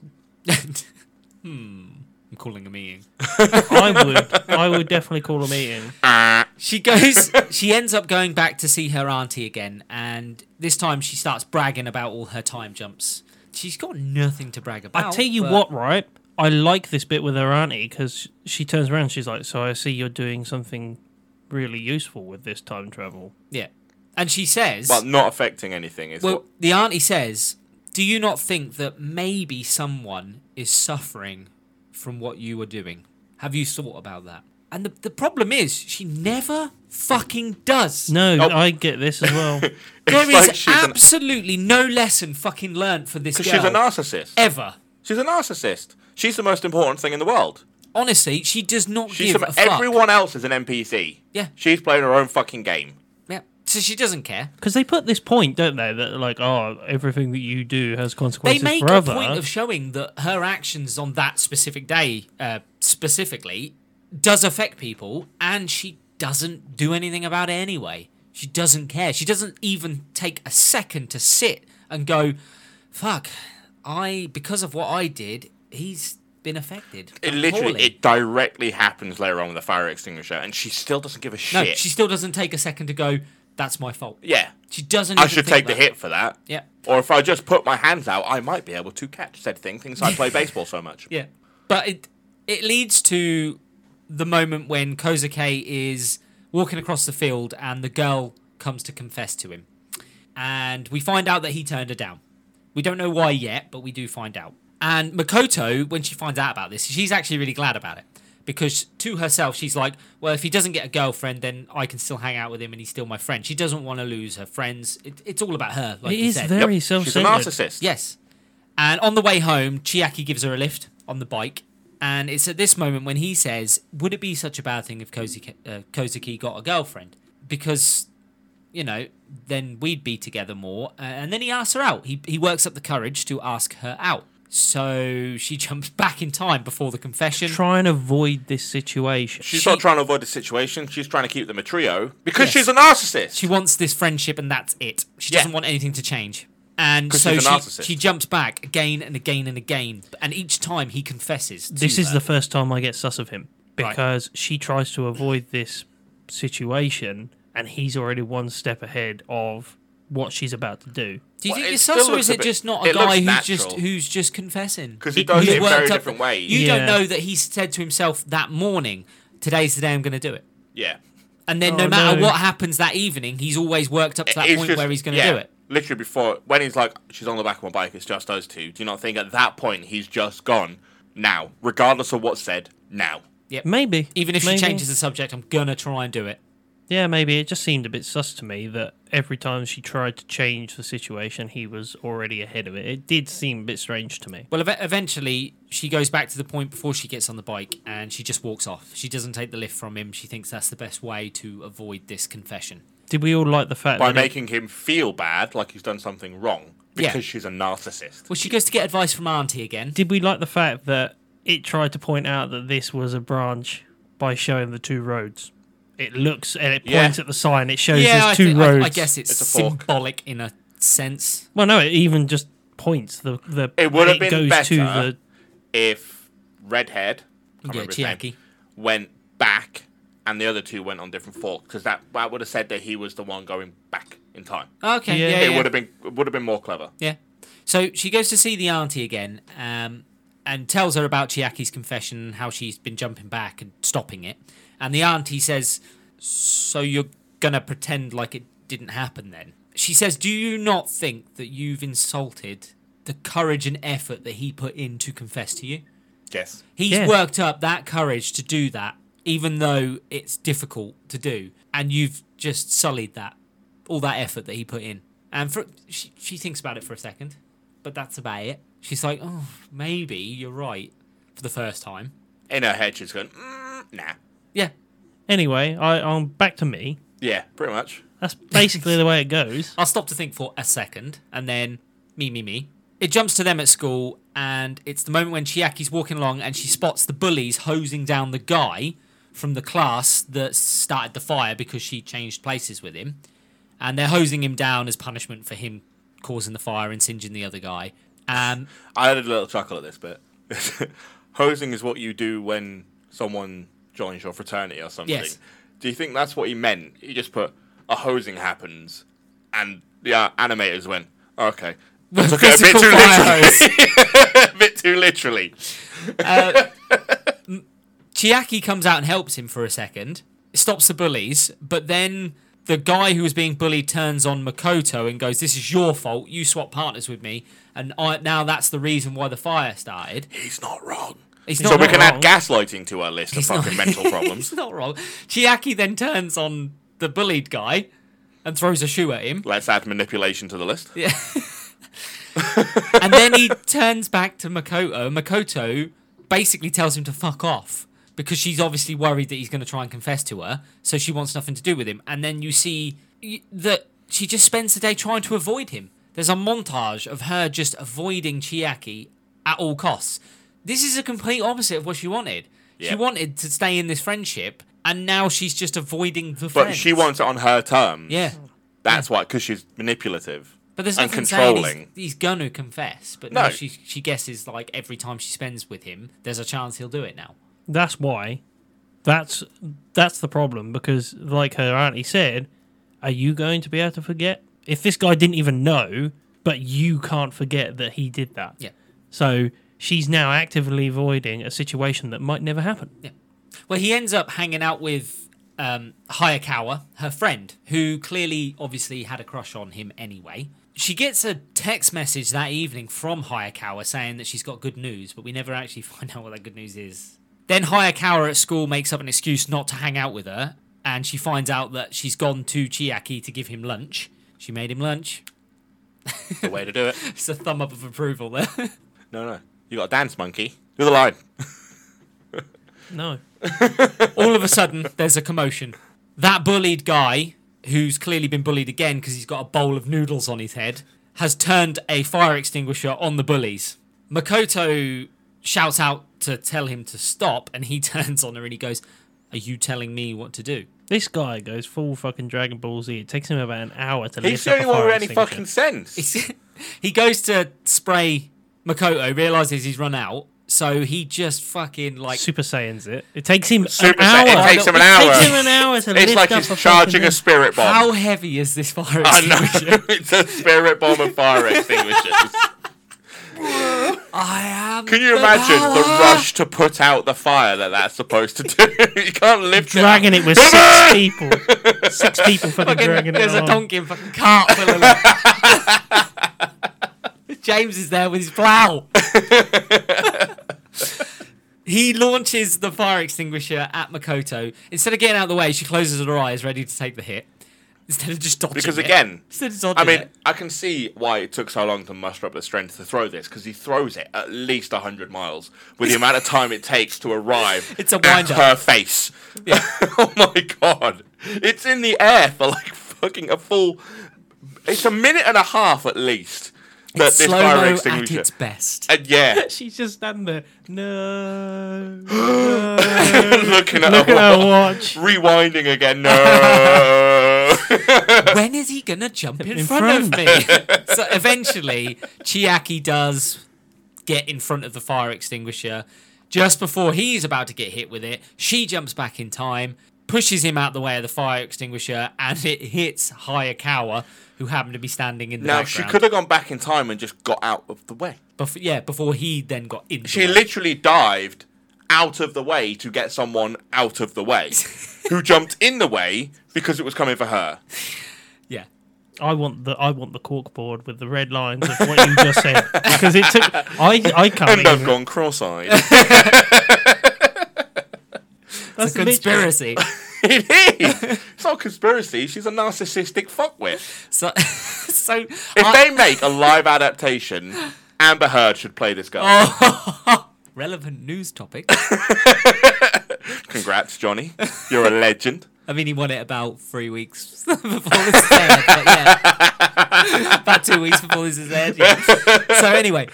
A: hmm. I'm calling a meeting.
B: I would, I would definitely call a meeting.
C: Ah.
A: She goes. she ends up going back to see her auntie again, and this time she starts bragging about all her time jumps. She's got nothing to brag about.
B: I tell you
A: but-
B: what, right? I like this bit with her auntie because she turns around. She's like, "So I see you're doing something really useful with this time travel."
A: Yeah. And she says,
C: but not affecting anything is
A: Well,
C: what.
A: the auntie says, "Do you not think that maybe someone is suffering from what you are doing? Have you thought about that?" And the, the problem is, she never fucking does.
B: No,
C: Oh.
B: I get this as well.
A: there
C: It's
A: is
C: like she's an-
A: absolutely no lesson fucking learnt from this girl
C: She's a narcissist.
A: ever.
C: She's a narcissist. She's the most important thing in the world.
A: Honestly, she does not
C: She's
A: give
C: some-
A: a fuck.
C: everyone else is an NPC.
A: Yeah.
C: She's playing her own fucking game.
A: Yeah. So she doesn't care.
B: Because they put this point, don't they? That like, oh, everything that you do has
A: They
B: consequences
A: make
B: forever.
A: a point of showing that her actions on that specific day, uh, specifically, does affect people, and she doesn't do anything about it anyway. She doesn't care. She doesn't even take a second to sit and go, "Fuck, I because of what I did, he's been affected."
C: It
A: and
C: literally,
A: poorly."
C: it directly happens later on with a fire extinguisher, and she still doesn't give a
A: no,
C: shit.
A: she still doesn't take a second to go, "That's my fault."
C: yeah,
A: She doesn't.
C: I
A: even
C: should
A: think
C: take the
A: that.
C: hit for that.
A: Yeah.
C: Or if I just put my hands out, I might be able to catch said thing since I play baseball so much.
A: Yeah. But it it leads to the moment when Kozuke is walking across the field and the girl comes to confess to him. And we find out that he turned her down. We don't know why yet, but we do find out. And Makoto, when she finds out about this, she's actually really glad about it because to herself, she's like, well, if he doesn't get a girlfriend, then I can still hang out with him and he's still my friend. She doesn't want to lose her friends. It, it's all about her. Like
B: it
A: you
B: is
A: said.
B: very
C: She's a
B: self-centered.
C: narcissist.
A: Yes. And on the way home, Chiaki gives her a lift on the bike. And it's at this moment when he says, Would it be such a bad thing if Kozuki, uh, Kozuki got a girlfriend? Because, you know, then we'd be together more. Uh, and then he asks her out. He, he works up the courage to ask her out. So she jumps back in time before the confession.
B: Try and avoid this situation.
C: She's
A: She-
C: not trying to avoid the situation. She's trying to keep them a trio because
A: Yes.
C: she's a narcissist.
A: She wants this friendship, and that's it. She
C: Yeah.
A: doesn't want anything to change. And
C: 'Cause
A: so
C: she's a
A: she,
C: narcissist.
A: she jumps back again and again and again. And each time he confesses. to
B: this is
A: her.
B: the first time I get sus of him
A: Right.
B: because she tries to avoid this situation and he's already one step ahead of what she's about to do.
A: Do you
C: Well,
A: think
C: it
A: it's
C: still
A: sus, or
C: looks
A: is
C: a
A: it
C: bit-
A: just not a
C: it looks
A: guy who's
C: natural.
A: just who's just confessing?
C: 'Cause he does
A: he's
C: it in very
A: worked up-
C: different ways.
A: You
B: Yeah.
A: don't know that he said to himself that morning, "Today's the day I'm going to do it,"
C: yeah.
A: and then
B: Oh,
A: no matter
B: no.
A: what happens that evening, he's always worked up to that
C: It's
A: point
C: just-
A: where he's going to
C: yeah,
A: do it.
C: Literally before when he's like, she's on the back of my bike. It's just those two. Do you not think at that point he's just gone now, regardless of what's said now?
B: Maybe.
A: Even if
B: maybe.
A: she changes the subject, I'm gonna try and do it.
B: Yeah, maybe. It just seemed a bit sus to me that every time she tried to change the situation, he was already ahead of it. It did seem a bit strange to me.
A: Well, ev- eventually she goes back to the point before she gets on the bike, and she just walks off. She doesn't take the lift from him. She thinks that's the best way to avoid this confession.
B: Did we all like the fact that
C: By
B: it-
C: making him feel bad, like he's done something wrong,
A: Mm-hmm. Yeah.
C: because she's a narcissist.
A: Well, she goes to get advice from Auntie again.
B: did we like the fact that it tried to point out that this was a branch by showing the two roads? It looks and it
C: Yeah.
B: points at the sign. It shows
A: yeah,
B: there's
A: I,
B: two
A: thi- I-
B: roads.
A: I, guess it's,
C: It's a fork.
A: symbolic in a sense.
B: Well, no, it even just points the the.
C: It would have been
B: goes
C: better
B: to the.
C: If redhead, I can't
A: Yeah,
C: remember his name,
A: Chiaki.
C: went back, and the other two went on different forks, because that that would have said that he was the one going back in time.
A: Okay,
B: Yeah.
A: yeah,
C: it
A: yeah.
C: would have been would have been more clever.
A: yeah. So she goes to see the auntie again, um, and tells her about Chiaki's confession, how she's been jumping back and stopping it. And the auntie says, "So you're gonna pretend like it didn't happen then?" She says, "Do you not think that you've insulted the courage and effort that he put in to confess to you?"
C: Yes.
A: He's
B: Yeah.
A: worked up that courage to do that, even though it's difficult to do, and you've just sullied that, all that effort that he put in. And for, she, she thinks about it for a second, but that's about it. She's like, oh, maybe you're right for the first time.
C: In her head, she's going, mm, nah.
A: Yeah,
B: Anyway, I, I'm back to me.
C: Yeah, pretty much.
B: That's basically the way it goes.
A: I'll stop to think for a second, and then me, me, me. It jumps to them at school, and it's the moment when Chiaki's walking along and she spots the bullies hosing down the guy from the class that started the fire because she changed places with him. And they're hosing him down as punishment for him causing the fire and singeing the other guy. Um,
C: I had a little chuckle at this bit. Hosing is what you do when someone joins your fraternity or something.
A: Yes.
C: Do you think that's what he meant? He just put a hosing happens, and the uh, animators went, okay. That's okay, a bit
A: physical
C: too
A: fire
C: literally.
A: hose.
C: a bit too literally.
A: Chiaki comes out and helps him for a second, stops the bullies, but then the guy who was being bullied turns on Makoto and goes, "This is your fault. You swap partners with me, and I, now that's the reason why the fire started."
C: He's not wrong.
A: He's
C: so
A: not,
C: we
A: not
C: can
A: wrong.
C: add gaslighting to our list
A: He's
C: of
A: not-
C: fucking mental problems.
A: He's not wrong. Chiaki then turns on the bullied guy and throws a shoe at him,
C: Let's add manipulation to the list.
A: and then he turns back to Makoto. Makoto basically tells him to fuck off. Because she's obviously worried that he's going to try and confess to her, so she wants nothing to do with him. And then you see y- that she just spends the day trying to avoid him. There's a montage of her just avoiding Chiaki at all costs. This is a complete opposite of what she wanted. She
C: Yep.
A: wanted to stay in this friendship, and now she's just avoiding the
C: But she
A: friends.
C: wants it on her terms.
A: Yeah.
C: That's why, because she's manipulative.
A: But there's
C: and
A: nothing saying he's,
C: controlling.
A: he's gonna confess. But now
C: No.
A: she she guesses like every time she spends with him, there's a chance he'll do it now.
B: That's why. That's that's the problem because, like her auntie said, are you going to be able to forget if this guy didn't even know, but you can't forget that he did that?
A: Yeah.
B: So she's now actively avoiding a situation that might never happen.
A: Yeah. Well, he ends up hanging out with um, Hayakawa, her friend, who clearly, obviously, had a crush on him anyway. she gets a text message that evening from Hayakawa saying that she's got good news, but we never actually find out what that good news is. Then Hayakawa at school makes up an excuse not to hang out with her, and she finds out that she's gone to Chiaki to give him lunch. She made him lunch.
C: the way to do it.
A: It's a thumb up of approval there.
C: No, no. You got a dance monkey. You're the line.
B: No.
A: All of a sudden, there's a commotion. That bullied guy, who's clearly been bullied again because he's got a bowl of noodles on his head, has turned a fire extinguisher on the bullies. Makoto shouts out to tell him to stop, and he turns on her and he goes, Are you telling me what to do?
B: This guy goes full fucking Dragon Ball Z. It takes him about an hour to lift
C: He's the
B: up
C: only
B: a
C: one
B: fire
C: with any
B: extinguisher.
C: fucking sense.
A: He's- he goes to spray Makoto, realizes he's run out, so he just fucking like.
B: Super Saiyans it. It takes him
C: Super
B: an hour.
C: Saiyan- it takes him an
B: It takes
C: hour.
B: him an hour to
C: It's
B: lift
C: like
B: up
C: he's
B: a
C: charging
B: fucking-
C: a spirit bomb.
A: How heavy is this fire
C: I
A: extinguisher?
C: know. it's a spirit bomb and fire extinguishers.
A: I am.
C: Can you
A: the
C: imagine the
A: power.
C: rush to put out the fire that that's supposed to do? you can't lift
B: dragging
C: it.
B: it with six people. Six people fucking
A: Fucking-
B: dragging
A: there's
B: it
A: a
B: on.
A: donkey in fucking cart. full of them. James is there with his plow. he launches the fire extinguisher at Makoto. Instead of getting out of the way, she closes her eyes, ready to take the hit. Instead of just dodging
C: Because
A: it.
C: again,
A: instead of
C: I
A: dodging
C: mean,
A: it.
C: I can see why it took so long to muster up the strength to throw this because he throws it at least 100 miles with the amount of time it takes to arrive
A: It's a
C: at
A: wind-up.
C: her face. oh my god. It's in the air for like fucking a full. It's a minute and a half at least that this
A: slow
C: fire
A: mo at
C: extinguisher.
A: its best.
C: and yeah,
B: She's just standing there. No.
C: looking at
B: Look
C: her,
B: at her watch.
C: rewinding again. No.
A: when is he gonna jump in,
B: In
A: front,
B: front.
A: of me? so eventually, Chiaki does get in front of the fire extinguisher. Just before he's about to get hit with it, she jumps back in time, pushes him out the way of the fire extinguisher, and it hits Hayakawa, who happened to be standing in the
C: now she
A: background.
C: could have gone back in time and just got out of the way.
A: Bef- yeah, before he then got in. the
C: She
A: way.
C: literally dived out of the way to get someone out of the way who jumped in the way because it was coming for her.
A: yeah.
B: I want the I want the cork board with the red lines of what you just said because it took I I can't
C: And I've
B: even.
C: gone cross-eyed.
A: It's
B: That's
A: a conspiracy.
C: it is. It's not a conspiracy. She's a narcissistic fuckwit.
A: so, so uh,
C: If
A: I-
C: they make a live adaptation, Amber Heard should play this girl.
A: Oh. relevant news topic.
C: Congrats, Johnny. You're a legend.
A: I mean, he won it about three weeks before this is aired, but yeah. about two weeks before this is aired, yeah. So anyway,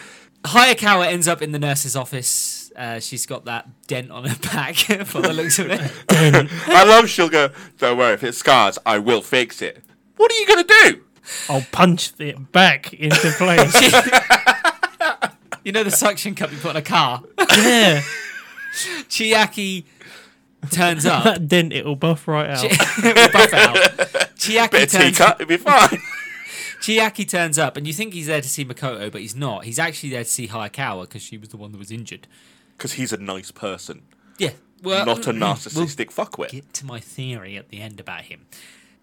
A: Hayakawa ends up in the nurse's office. Uh, she's got that dent on her back for the looks of it.
C: I love she'll go, don't worry, if it scars, I will fix it. What are you going to do?
B: I'll punch it back into place.
A: You know the suction cup you put in a car?
B: yeah,
A: Chiaki turns up.
B: that dent it'll buff right out.
A: Buff out. Chiaki
C: Bit of
A: turns,
C: teacup, it'd be fine.
A: Chiaki turns up, and you think he's there to see Makoto, but he's not. He's actually there to see Hayakawa because she was the one that was injured.
C: Because he's a nice person,
A: Yeah. Well,
C: not a narcissistic fuckwit.
A: get to my theory at the end about him.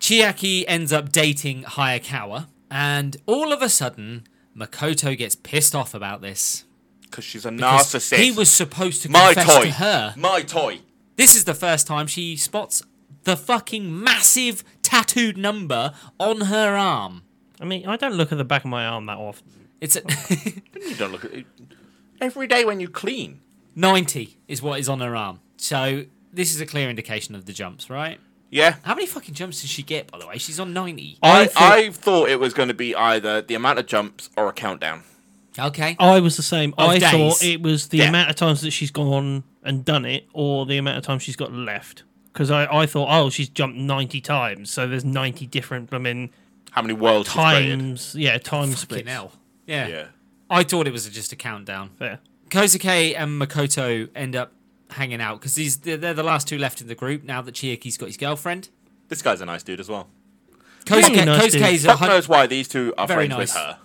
A: Chiaki ends up dating Hayakawa, and all of a sudden, Makoto gets pissed off about this.
C: Because she's a
A: 'Cause
C: narcissist.
A: He was supposed to
C: my
A: confess
C: toy.
A: to her.
C: My toy.
A: This is the first time she spots the fucking massive tattooed number on her arm.
B: I mean, I don't look at the back of my arm that often.
A: It's a
C: You don't look at it. Every day when you clean.
A: 90 is what is on her arm. So this is a clear indication of the jumps, right?
C: Yeah.
A: How many fucking jumps did she get, by the way? She's on 90.
C: I,
B: I thought-
C: I thought it was going to be either the amount of jumps or a countdown.
A: Okay.
B: I was the same. I
A: days.
B: thought it was the
C: Yeah.
B: amount of times that she's gone and done it, or the amount of times she's got left. Because I, I thought, oh, she's jumped ninety times, so there's ninety different. I mean,
C: How many worlds she's created.
B: times, yeah, time
A: Fucking
B: splits.
A: hell. Yeah.
C: Yeah.
A: I thought it was just a countdown.
B: Fair.
A: Kozuke and Makoto end up hanging out because these they're, they're the last two left in the group now that Chiaki's got his girlfriend.
C: This guy's a nice dude as well.
A: Kozuke,
B: Really nice dude.
A: Kozuke's a
C: Fuck
A: hun-
C: knows why these two are
A: Very
C: friends with
A: nice.
C: her.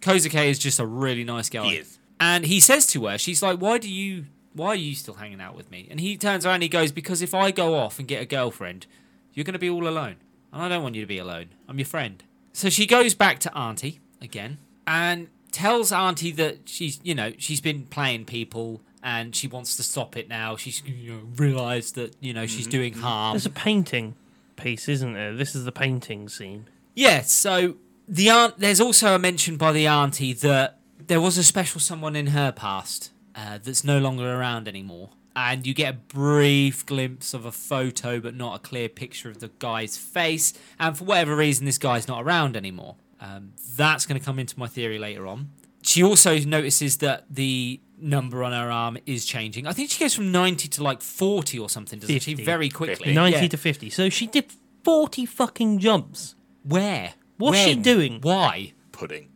A: Kozuke is just a really nice guy.
C: He is.
A: And he says to her, she's like, "Why do you why are you still hanging out with me?" And he turns around and he goes, "Because if I go off and get a girlfriend, you're going to be all alone, and I don't want you to be alone. I'm your friend." So she goes back to Auntie again and tells Auntie that she's, you know, she's been playing people and she wants to stop it now. She's you know, realised that, you know,
C: Mm-hmm.
A: she's doing harm.
B: There's a painting piece, isn't there? This is the painting scene.
A: Yeah, so the aunt. There's also a mention by the auntie that there was a special someone in her past uh, that's no longer around anymore, and you get a brief glimpse of a photo, but not a clear picture of the guy's face. And for whatever reason, this guy's not around anymore. Um, that's going to come into my theory later on. She also notices that the number on her arm is changing. I think she goes from 90 to like 40 or something, doesn't she?
B: 50.
A: Very quickly.
B: 90
A: Yeah.
B: to 50. So she did 40 fucking jumps.
A: Where?
B: What's she
A: When?
B: doing?
A: Why?
C: Pudding.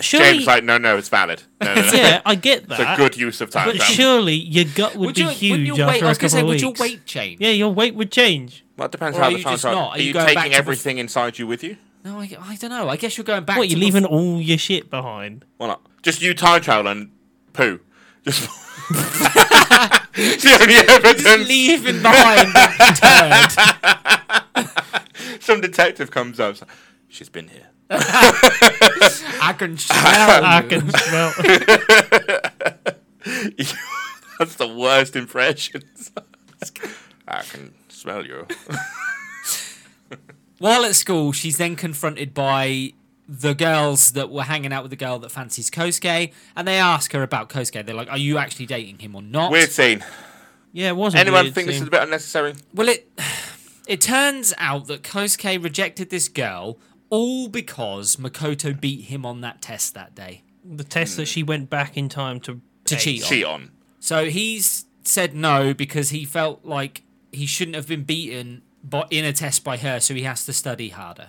B: Surely,
C: James like, no, no, it's valid. No, no, no.
B: yeah, I get that.
C: It's a good use of time.
B: but
C: Sam.
B: surely your gut would, be
A: you,
B: huge
A: your
B: after
A: weight,
B: a
A: I was gonna
B: couple
A: say,
B: of
A: would
B: weeks.
A: your weight change?
B: Yeah, your weight would change.
C: Well, it depends
A: Or
C: how
A: are
C: the
A: you
C: time
A: just
C: starts.
A: not? Are
C: Are
A: you
C: you
A: going back to
C: taking
A: the-
C: everything inside you with you?
A: No, I, don't know. I guess you're going back.
B: What,
A: to
B: you're leaving all your shit behind?
C: Why not? Just you time travel and poo. Just. It's the only evidence.
A: leaving behind the turd.
C: Some detective comes up. it's like, She's been here.
A: I can smell.
B: I
A: you.
B: can smell.
C: That's the worst impressions. I can smell you.
A: While at school, she's then confronted by the girls that were hanging out with the girl that fancies Kosuke, and they ask her about Kosuke. They're like, "Are you actually dating him or not?"
C: Weird scene.
B: Yeah, it wasn't.
C: Anyone
B: weird
C: think this
B: scene.
C: is a bit unnecessary?
A: Well, it it turns out that Kosuke rejected this girl all because Makoto beat him on that test that day.
B: the test that she went back in time to
A: To
B: take.
A: cheat.
C: She on.
A: So he's said no because he felt like he shouldn't have been beaten by, in a test by her, so he has to study harder.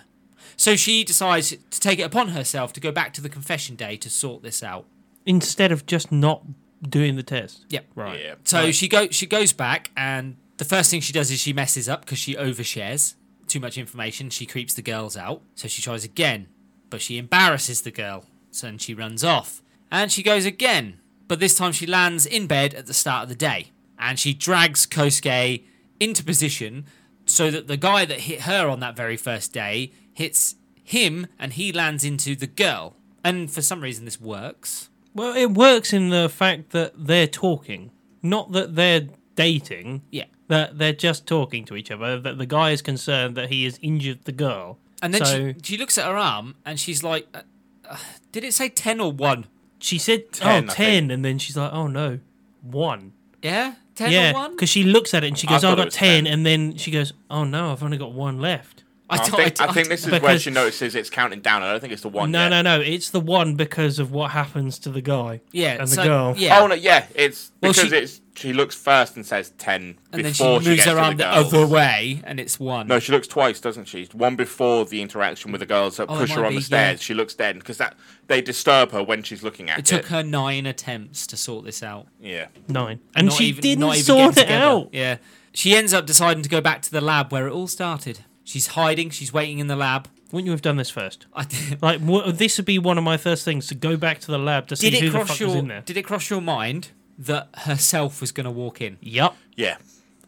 A: So she decides to take it upon herself to go back to the confession day to sort this out.
B: instead of just not doing the test.
A: Yep.
B: Right.
C: Yeah.
A: So she go she goes back and the first thing she does is she messes up because she overshares too much information. She creeps the girls out. So she tries again, but she embarrasses the girl. So then she runs off and she goes again, but this time she lands in bed at the start of the day and she drags Kosuke into position so that the guy that hit her on that very first day hits him and he lands into the girl. And for some reason this works.
B: Well, it works in the fact that they're talking, not that they're dating.
A: Yeah.
B: That they're just talking to each other. That the guy is concerned that he has injured the girl.
A: And then
B: so
A: she, she looks at her arm and she's like, uh, uh, "Did it say ten or one?
B: she said,
C: Ten,
B: "Oh,
C: I
B: 10. and then she's like, "Oh no, one."
A: Yeah, ten or
B: yeah,
A: one."
B: because she looks at it and she
C: I
B: goes,
C: thought
B: "Oh, "I
C: it
B: got
C: was
B: 10.
C: 10.
B: and then she goes, "Oh no, I've only got one left."
A: I,
C: I
A: don't-
C: think, I
A: don't-
C: think this is where
B: because-
C: she notices it's counting down. and I don't think it's the
A: Oh,
C: one.
B: No,
C: yet.
B: no, no. It's the one because of what happens to the guy.
A: yeah,
B: and the
A: so-
B: girl.
A: Yeah,
C: Oh no, yeah, it's
A: Well,
C: because
A: she-
C: it's she looks first and says ten
A: and then she
C: before
A: moves
C: she, gets
A: her
C: to
A: arm
C: the
A: the
C: girls.
A: other way, and it's one.
C: No, she looks twice, doesn't she? One before the interaction with the girls that
A: Oh, it
C: push her
A: might
C: on the
A: be,
C: stairs.
A: yeah.
C: She looks dead because that they disturb her when she's looking at
A: it
C: it.
A: took her nine attempts to sort this out,
C: Yeah,
B: Nine, and
A: Not
B: she
A: even-
B: didn't
A: not even
B: sort
A: getting
B: it
A: together.
B: out.
A: Yeah, she ends up deciding to go back to the lab where it all started. She's hiding. She's waiting in the lab.
B: Wouldn't you have done this first?
A: I did.
B: Like wha- this would be one of my first things to go back to the lab to see
A: Did
B: who
A: it
B: the fuck
A: cross
B: was
A: your
B: in there.
A: Did it cross your mind that herself was going to walk in?
B: Yup.
C: yeah.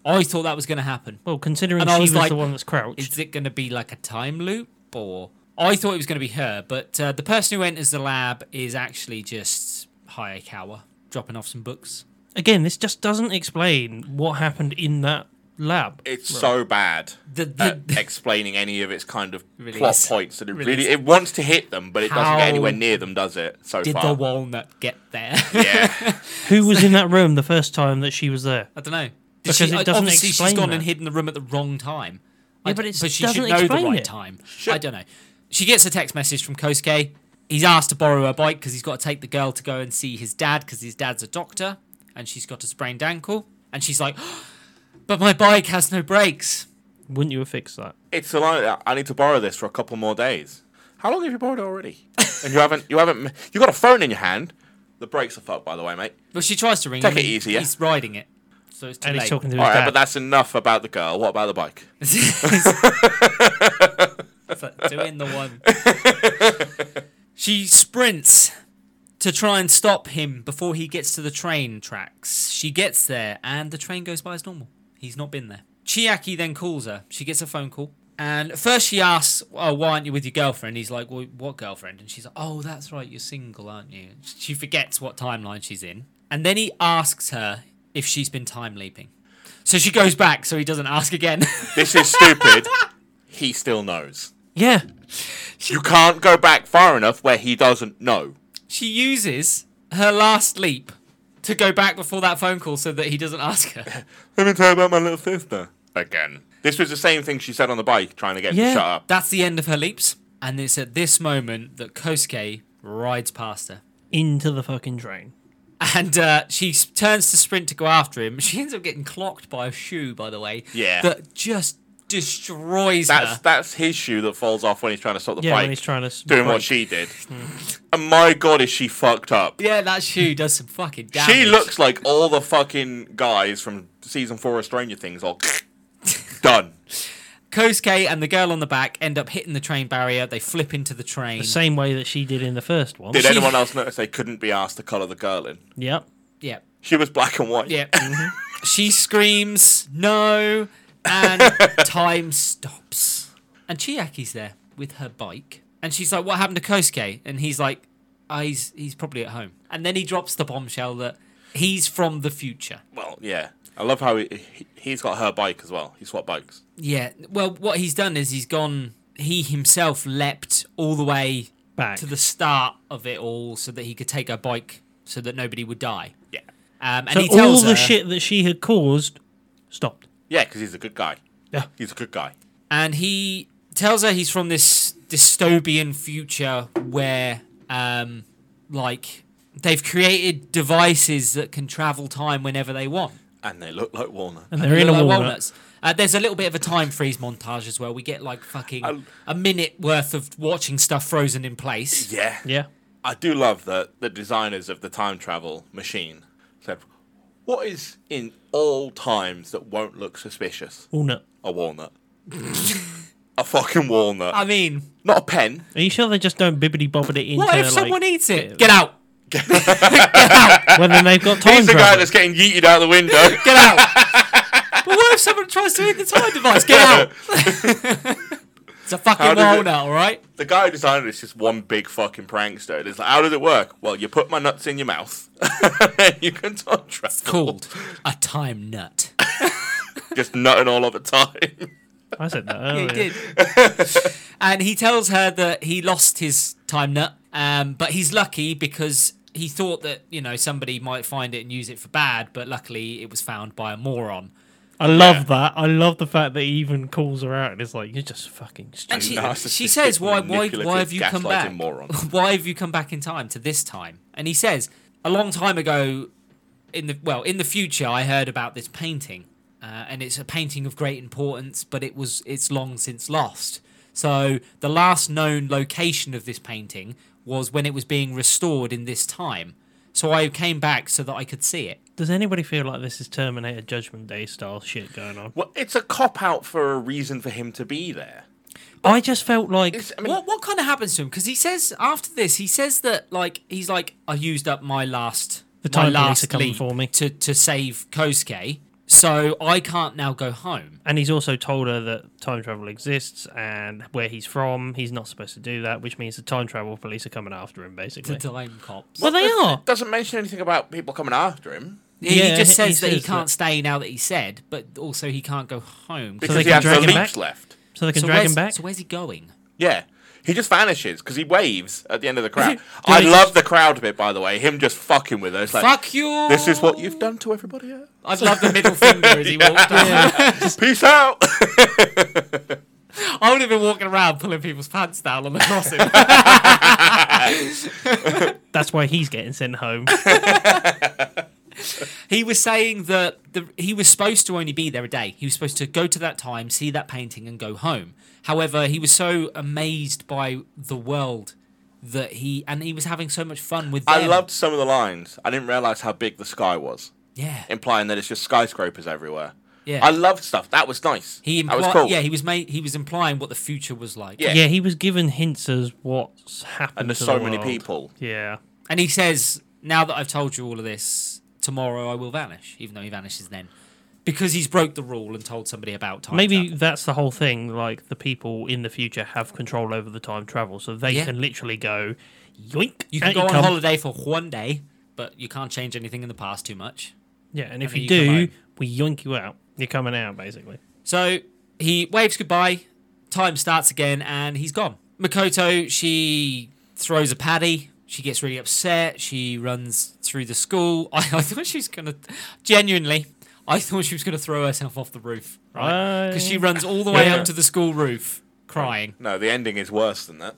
A: I thought that was going to happen.
B: Well, considering
A: And
B: she
A: I was
B: was,
A: like,
B: the one that's crouched,
A: is it going to be like a time loop or i thought it was going to be her but uh, the person who enters the lab is actually just hayakawa dropping off some books
B: again, this just doesn't explain what happened in that lab.
C: It's so bad
A: the, the,
C: at explaining any of its kind of
A: Really
C: plot
A: is.
C: points, and it
A: Really
C: really,
A: is.
C: it wants to hit them, but it doesn't
A: How
C: get anywhere near them, does it? So
A: did the
C: far,
A: walnut get there
C: yeah.
B: Who was in that room the first time that she was there?
A: i don't know
B: Because it doesn't
A: obviously she's
B: explain
A: gone
B: that.
A: and hidden the room at the wrong time
B: Yeah,
A: I-
B: but it
A: she should
B: doesn't
A: know the
B: explain
A: right
B: it.
A: time i don't know she gets a text message from kosuke he's asked to borrow her bike because he's got to take the girl to go and see his dad because his dad's a doctor and she's got a sprained ankle and she's like but my bike has no brakes
B: Wouldn't you have fixed that?
C: it's a lot. I need to borrow this for a couple more days. How long have you borrowed it already? and you haven't, you haven't, you got a phone in your hand. The brakes are fucked, by the way, mate.
A: Well, she tries to ring
C: Take
A: him.
C: it
A: and
C: easy, yeah?
A: He's riding it, so it's too
B: And
A: late.
B: he's talking to his
C: All right,
B: dad.
C: but that's enough about the girl. What about the bike?
A: It's like doing the one. she sprints to try and stop him before he gets to the train tracks. She gets there, and the train goes by as normal. He's not been there. Chiaki then calls her. She gets a phone call. And first she asks, "Oh, why aren't you with your girlfriend?" He's like, "Well, what girlfriend?" And she's like, "Oh, that's right, you're single, aren't you?" She forgets what timeline she's in, and then he asks her if she's been time leaping. So she goes back, so he doesn't ask again.
C: This is stupid. he still knows.
B: Yeah.
C: You can't go back far enough where he doesn't know.
A: she uses her last leap to go back before that phone call, so that he doesn't ask her.
C: Let me tell you about my little sister. Again. This was the same thing she said on the bike, trying to get him
B: Yeah.
C: to shut up.
A: That's the end of her leaps, and it's at this moment that Kosuke rides past her.
B: Into the fucking drain.
A: and uh, she s- turns to sprint to go after him. She ends up getting clocked by a shoe, by the way.
C: Yeah.
A: That just destroys
C: That's
A: her.
C: that's his shoe that falls off when he's trying to stop the
B: Yeah, when
C: bike.
B: he's trying to s-
C: doing
B: break.
C: what she did. and my god, is she fucked up?
A: yeah, that shoe does some fucking damage.
C: She looks like all the fucking guys from season four of Stranger Things. All done.
A: Kosuke and the girl on the back end up hitting the train barrier. They flip into the train.
B: the same way that she did in the first one.
C: Did
A: She-
C: anyone else notice they couldn't be asked to colour the girl in?
B: Yep.
A: Yep.
C: She was black and white.
A: Yep.
B: Mm-hmm.
A: she screams, no, and time stops. And Chiaki's there with her bike. And she's like, what happened to Kosuke? And he's like, "Ah, he's, he's probably at home. And then he drops the bombshell that he's from the future.
C: Well, yeah. I love how he, he, he's got her bike as well. He swapped bikes.
A: Yeah. Well, what he's done is he's gone. He himself leapt all the way
B: Back.
A: to the start of it all, so that he could take her bike, so that nobody would die.
C: Yeah.
A: Um, and
B: so
A: he tells
B: all
A: her,
B: the shit that she had caused stopped.
C: Yeah, because he's a good guy.
B: Yeah.
C: He's a good guy.
A: and he tells her he's from this dystopian future where, um, like, they've created devices that can travel time whenever they want.
C: And they look like walnut.
B: And they're in a
A: Like
B: walnut.
A: walnuts. Uh, there's a little bit of a time freeze montage as well. We get like fucking a minute worth of watching stuff frozen in place.
C: Yeah.
B: Yeah.
C: I do love that the designers of the time travel machine said, What is in all times that won't look suspicious?
B: Walnut.
C: A walnut. a fucking walnut.
A: I mean,
C: Not a pen.
B: Are you sure they just don't bibbity bobbity it into
A: What if
B: like,
A: someone eats it?
B: uh,
A: Get out!
B: Well, then they've got time
C: He's the guy
B: travel.
C: that's getting yeeted out the window.
A: Get out! but what if someone tries to eat the time device? Get out! it's a
C: How
A: fucking
C: does it-
A: walnut, all right?
C: the guy who designed this is one big fucking prankster. It's like, how does it work? Well, you put my nuts in your mouth, and you can time travel.
A: Called a time nut.
C: Just nutting all of the time.
B: I said that
A: He
B: earlier.
A: did. and he tells her that he lost his time nut, um, but he's lucky because he thought that, you know, somebody might find it and use it for bad, but luckily it was found by a moron.
B: I love that. I love the fact that he even calls her out and it's like, you're just fucking
A: And
B: stupid.
A: she,
C: Narcissistic,
A: she says, why, why, why have you come
C: manipulative,
A: back?
C: gaslighting moron.
A: Why have you come back in time to this time? And he says, A long time ago, in the well, in the future, I heard about this painting. Uh, and it's a painting of great importance, but it was it's long since lost. So the last known location of this painting was when it was being restored in this time. So I came back so that I could see it.
B: Does anybody feel like this is Terminator Judgment Day style shit going on?
C: Well, it's a cop out for a reason for him to be there.
B: I just felt like
C: It's- I mean,
A: what what kind of happens to him? Because he says after this, he says that like he's like I used up my last
B: The time
A: my
B: police
A: last
B: are coming
A: leap
B: for me."
A: to to save Kosuke, so I can't now go home.
B: And he's also told her that time travel exists and where he's from. He's not supposed to do that, which means the time travel police are coming after him,
A: The
B: basically.
A: time cops.
B: Well, they are.
C: doesn't mention anything about people coming after him
A: He- he
B: Yeah,
A: just
B: he-
A: says
B: he
A: that he
B: says
A: can't
B: that.
A: stay now that he said, but also he can't go home.
C: because
B: they
C: he
B: can
C: has no
B: drag him
C: leaps
B: back?
C: left.
B: So they can
A: so
B: drag
A: where's-
B: him back.
A: So where's he going?
C: Yeah. He just vanishes because he waves at the end of the crowd.
B: Yeah,
C: I
B: he
C: love the crowd bit, by the way. Him just fucking with her. It's like,
A: Fuck you!
C: this is what you've done to everybody else.
A: I'd love the middle finger as he walked down.
C: Peace out.
A: I would have been walking around pulling people's pants down on the crossing.
B: That's why he's getting sent home.
A: He was saying that the, he was supposed to only be there a day. He was supposed to go to that time, see that painting, and go home. However, he was so amazed by the world that he and he was having so much fun with. Them.
C: I loved some of the lines. I didn't realize how big the sky was,
A: Yeah.
C: implying that it's just skyscrapers everywhere.
A: Yeah.
C: I loved stuff. That was nice.
A: He
C: that was
A: implied.
C: cool.
A: Yeah, he was. Ma- he was implying what the future was like.
C: Yeah.
B: yeah, he was given hints as what's happened.
C: and there's
B: to
C: so
B: the
C: many
B: world.
C: people.
B: Yeah.
A: And he says, "Now that I've told you all of this, tomorrow I will vanish." Even though he vanishes then. because he's broke the rule and told somebody about time.
B: Maybe
A: travel.
B: that's the whole thing. Like the people in the future have control over the time travel, so they
A: Yeah.
B: can literally go, yoink.
A: you can
B: out
A: go on
B: come.
A: holiday for one day, but you can't change anything in the past too much.
B: Yeah, and if
A: and
B: you,
A: then you come
B: do, we yoink you out. You're coming out basically.
A: So he waves goodbye. Time starts again, and he's gone. Makoto, she throws a paddy. She gets really upset. She runs through the school. I, I thought she was gonna, genuinely, I thought she was gonna throw herself off the roof, right? Because she runs all the way
B: Yeah.
A: up to the school roof, crying,
C: No, the ending is worse than that.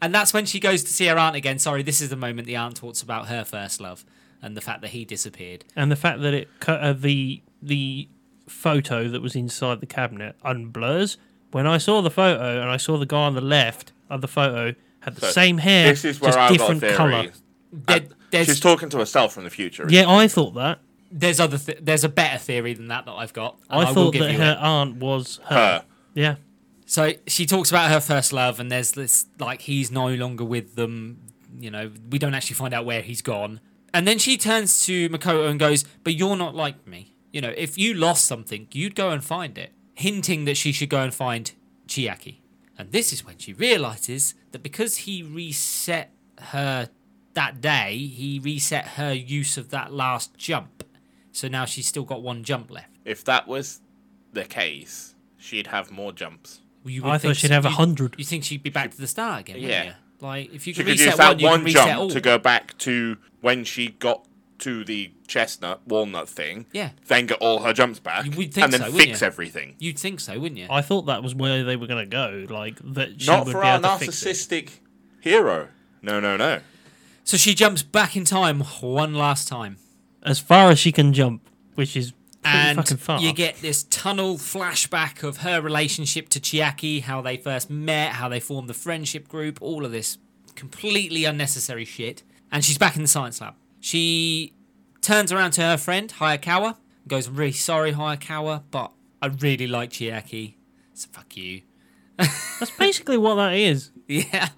A: and that's when she goes to see her aunt again. Sorry, this is the moment the aunt talks about her first love and the fact that he disappeared.
B: And the fact that it cut uh, the the photo that was inside the cabinet unblurs. When I saw the photo and I saw the guy on the left of the photo had the
C: So,
B: same hair,
C: This is where
B: just
C: I got a
B: different
C: theory.
B: color. Uh,
A: There, there's
C: She's talking to herself from the future.
B: Yeah, I thought that.
A: there's other th- there's a better theory than that that I've got. and
B: I,
A: will
B: thought
A: give
B: that
A: you
B: her
A: it.
B: aunt was her.
C: Her.
B: Yeah.
A: So she talks about her first love, and there's this like he's no longer with them. You know, we don't actually find out where he's gone. And then she turns to Makoto and goes, "But you're not like me. You know, if you lost something, you'd go and find it." Hinting that she should go and find Chiaki. And this is when she realizes that because he reset her that day, he reset her use of that last jump. So now she's still got one jump left.
C: If that was the case, she'd have more jumps.
A: Well, you
B: I
A: would
B: thought
A: think
B: she'd have a
A: you-
B: hundred.
A: You think she'd be back to the start again? wouldn't
C: Yeah.
A: you? Like if you
C: She
A: can
C: could
A: reset
C: use that
A: one, you
C: one
A: can reset
C: jump
A: all.
C: to go back to when she got to the chestnut walnut thing.
A: Yeah.
C: Then get all her jumps back
A: You would think
C: and then
A: so, wouldn't
C: fix
A: you?
C: everything.
A: You'd think so, wouldn't you?
B: I thought that was where they were going to go. Like that. She
C: Not
B: would
C: for
B: be
C: our
B: able to fix it.
C: narcissistic hero. No, no, no.
A: so she jumps back in time one last time,
B: as far as she can jump, which is pretty fucking
A: and
B: far.
A: you get this tunnel flashback of her relationship to Chiaki, how they first met, how they formed the friendship group, all of this completely unnecessary shit. And she's back in the science lab. She turns around to her friend Hayakawa, and goes, "I'm really sorry, Hayakawa, but I really like Chiaki, so fuck you."
B: That's basically what that is.
A: Yeah.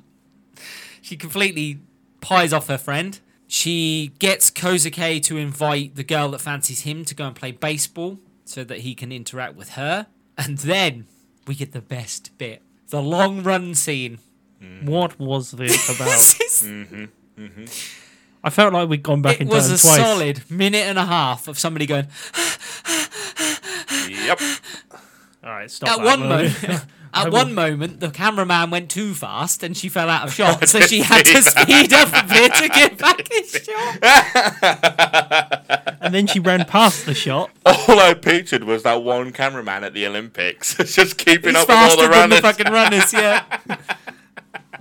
A: She completely pies off her friend. She gets Kozuke to invite the girl that fancies him to go and play baseball so that he can interact with her. And then we get the best bit the long run scene.
C: Mm.
B: What was this about?
A: This is-
B: I felt like we'd gone back
A: it
B: in
A: was
B: time
A: a
B: twice.
A: solid minute and a half of somebody going,
C: Yep.
B: All right, stop
A: at
B: that.
A: one
B: will
A: moment.
B: you? I
A: At
B: will-
A: one moment, the cameraman went too fast and she fell out of shot, so she had to speed up a bit to get back in shot.
B: and then she ran past the shot.
C: All I pictured was that one cameraman at the Olympics just keeping
A: He's
C: up with all
A: faster
C: the
A: than the
C: runners.
A: fucking runners, yeah.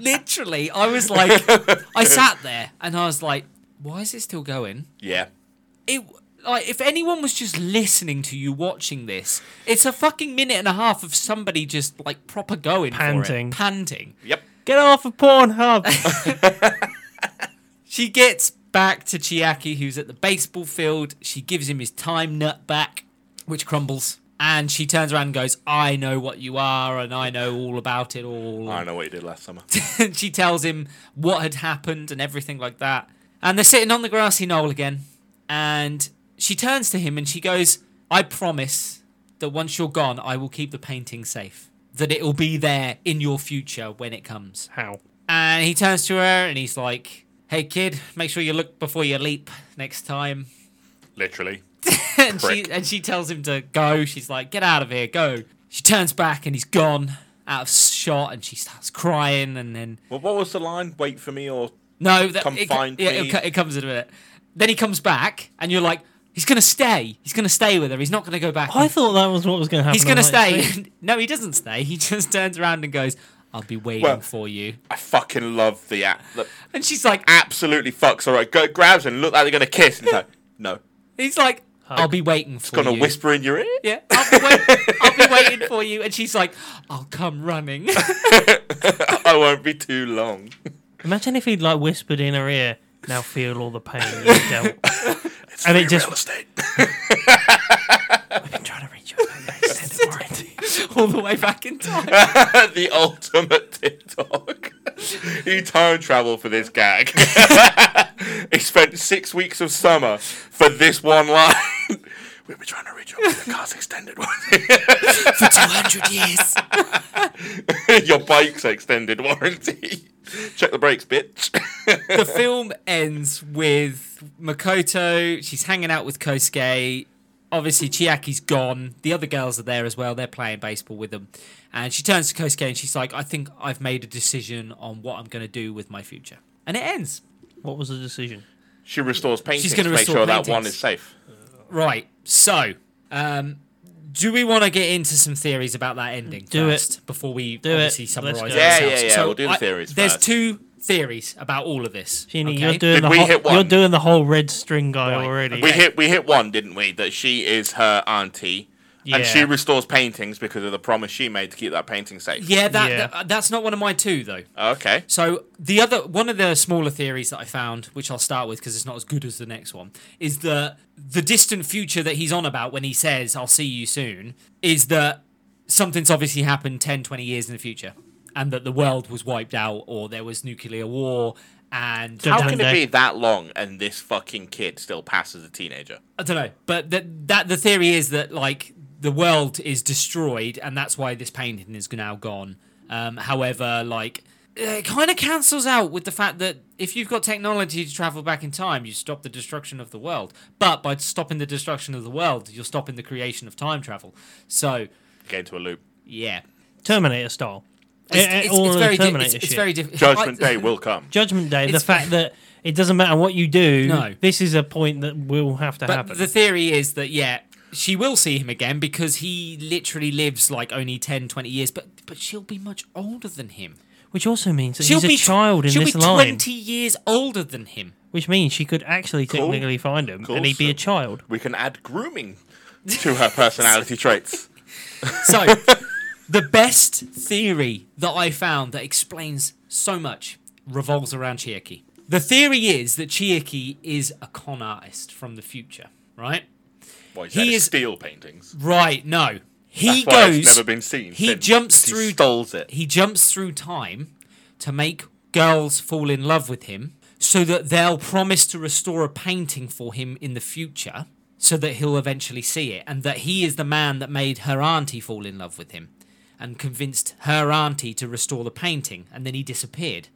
A: Literally, I was like, I sat there and I was like, why is it still going?
C: yeah.
A: It like if anyone was just listening to you watching this, it's a fucking minute and a half of somebody just like proper going
B: Panting.
A: for it, panting.
C: Yep.
B: Get off of Pornhub.
A: She gets back to Chiaki, who's at the baseball field. She gives him his time nut back, which crumbles. And she turns around and goes, I know what you are, and I know all about it all.
C: I know what you did last summer.
A: and she tells him what had happened and everything like that. And they're sitting on the grassy knoll again. And she turns to him and she goes, I promise that once you're gone, I will keep the painting safe. That it'll be there in your future when it comes.
B: How?
A: And he turns to her and he's like, Hey kid, make sure you look before you leap next time.
C: Literally.
A: and she
C: Prick.
A: and she tells him to go. She's like, "Get out of here, go." She turns back and he's gone out of shot, and she starts crying. And then
C: Well, what was the line? Wait for me or
A: no, that,
C: Come
A: it,
C: find
A: yeah, it
C: me.
A: co- it comes in a minute. Then he comes back, and you're like, "He's gonna stay. He's gonna stay with her. He's not gonna go back."
B: I thought that was what was going to happen.
A: he's gonna
B: I'm like,
A: stay. no, he doesn't stay. He just turns around and goes, "I'll be waiting
C: Well-
A: for you."
C: I fucking love the app. The
A: And she's like,
C: absolutely fucks. All right, go, grabs and look like they're gonna kiss. And it's like, no,
A: "He's like, I'll be waiting for
C: gonna
A: you."
C: whisper in your ear.
A: Yeah, I'll be, wait- I'll be waiting for you. And she's like, I'll come running.
C: I won't be too long.
B: Imagine if he'd like whispered in her ear, "Now feel all the pain." You've dealt. and it just.
C: Real estate.
B: I've been trying to reach you about your extended warranty.
A: all the way back in time.
C: the ultimate TikTok. he time travel for this gag. he spent six weeks of summer for this one line. We've been trying to reach out to the car's extended one.
A: for 200 years.
C: Your bike's extended warranty. Check the brakes, bitch.
A: the film ends with Makoto. She's hanging out with Kosuke. Obviously, Chiaki's gone. The other girls are there as well. They're playing baseball with them. And she turns to Kosuke and she's like, I think I've made a decision on what I'm going to do with my future. And it ends.
B: What was the decision?
C: She restores paintings
A: gonna
C: to make
A: restore
C: sure that one
A: paintings.
C: is safe.
A: Right. So, um, do we want to get into some theories about that ending
B: Do it.
A: first before we
B: it.
A: obviously
B: Let's
A: summarize
B: go.
A: ourselves?
B: Yeah,
C: yeah, yeah,
A: So
C: we'll do the
A: I-
C: theories
A: There's
C: first.
A: two theories about all of this.
B: Genie,
A: okay?
B: you're doing
C: Did
B: the
C: we
B: whole,
C: hit one?
B: you're doing the whole red string guy
A: Right,
B: already.
C: We
A: okay.
C: hit we hit one, didn't we? That she is her auntie, and she
B: Yeah.
C: restores paintings because of the promise she made to keep that painting safe.
A: yeah, that,
B: Yeah.
A: that- that's not one of my two, though.
C: Okay.
A: So the other one of the smaller theories that I found, which I'll start with because it's not as good as the next one, is that the distant future that he's on about when he says "I'll see you soon" is that something's obviously happened 10, 20 years in the future, and that the world was wiped out or there was nuclear war. And
B: Dun-
C: How
B: dun,
C: can it
B: dun.
C: be that long and this fucking kid still passes a teenager?
A: I don't know, but that that the theory is that like the world is destroyed, and that's why this painting is now gone. Um, however, like it kind of cancels out with the fact that if you've got technology to travel back in time, you stop the destruction of the world. But by stopping the destruction of the world, you're stopping the creation of time travel. So
C: Get into a loop.
A: yeah,
B: Terminator style.
A: it's,
B: Eh, eh,
A: it's-
B: all
A: it's
B: the
A: very di-
B: Terminator
A: it's, it's
B: shit.
A: very difficult.
C: Judgment Day will come.
B: Judgment Day, the
A: It's-
B: fact that it doesn't matter what you do,
A: No.
B: this is a point that will have to
A: But
B: happen.
A: the theory is that yeah, she will see him again because he literally lives like only 10, 20 years, but but she'll be much older than him.
B: Which also means that
A: She'll
B: he's a
A: be
B: child in
A: she'll
B: this
A: be
B: line,
A: twenty years older than him.
B: which means she could actually
C: Cool.
B: technically find him
C: Cool,
B: and he'd be a
C: so-
B: child.
C: We can add grooming to her personality traits.
A: So, the best theory that I found that explains so much revolves around Chiaki. The theory is that Chiaki is a con artist from the future, right?
C: Why is
A: He
C: that
A: is-
C: is steel paintings?
A: Right? No, he
C: That's why it's
A: goes.
C: never been seen.
A: he
C: since.
A: jumps
C: He
A: through-
C: Stoles it.
A: He jumps through time to make girls fall in love with him so that they'll promise to restore a painting for him in the future so that he'll eventually see it and that he is the man that made her auntie fall in love with him and convinced her auntie to restore the painting and then he disappeared.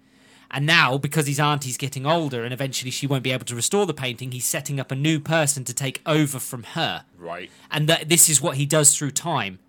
A: And now, because his auntie's getting older and eventually she won't be able to restore the painting, he's setting up a new person to take over from her
C: Right.
A: and that this is what he does through time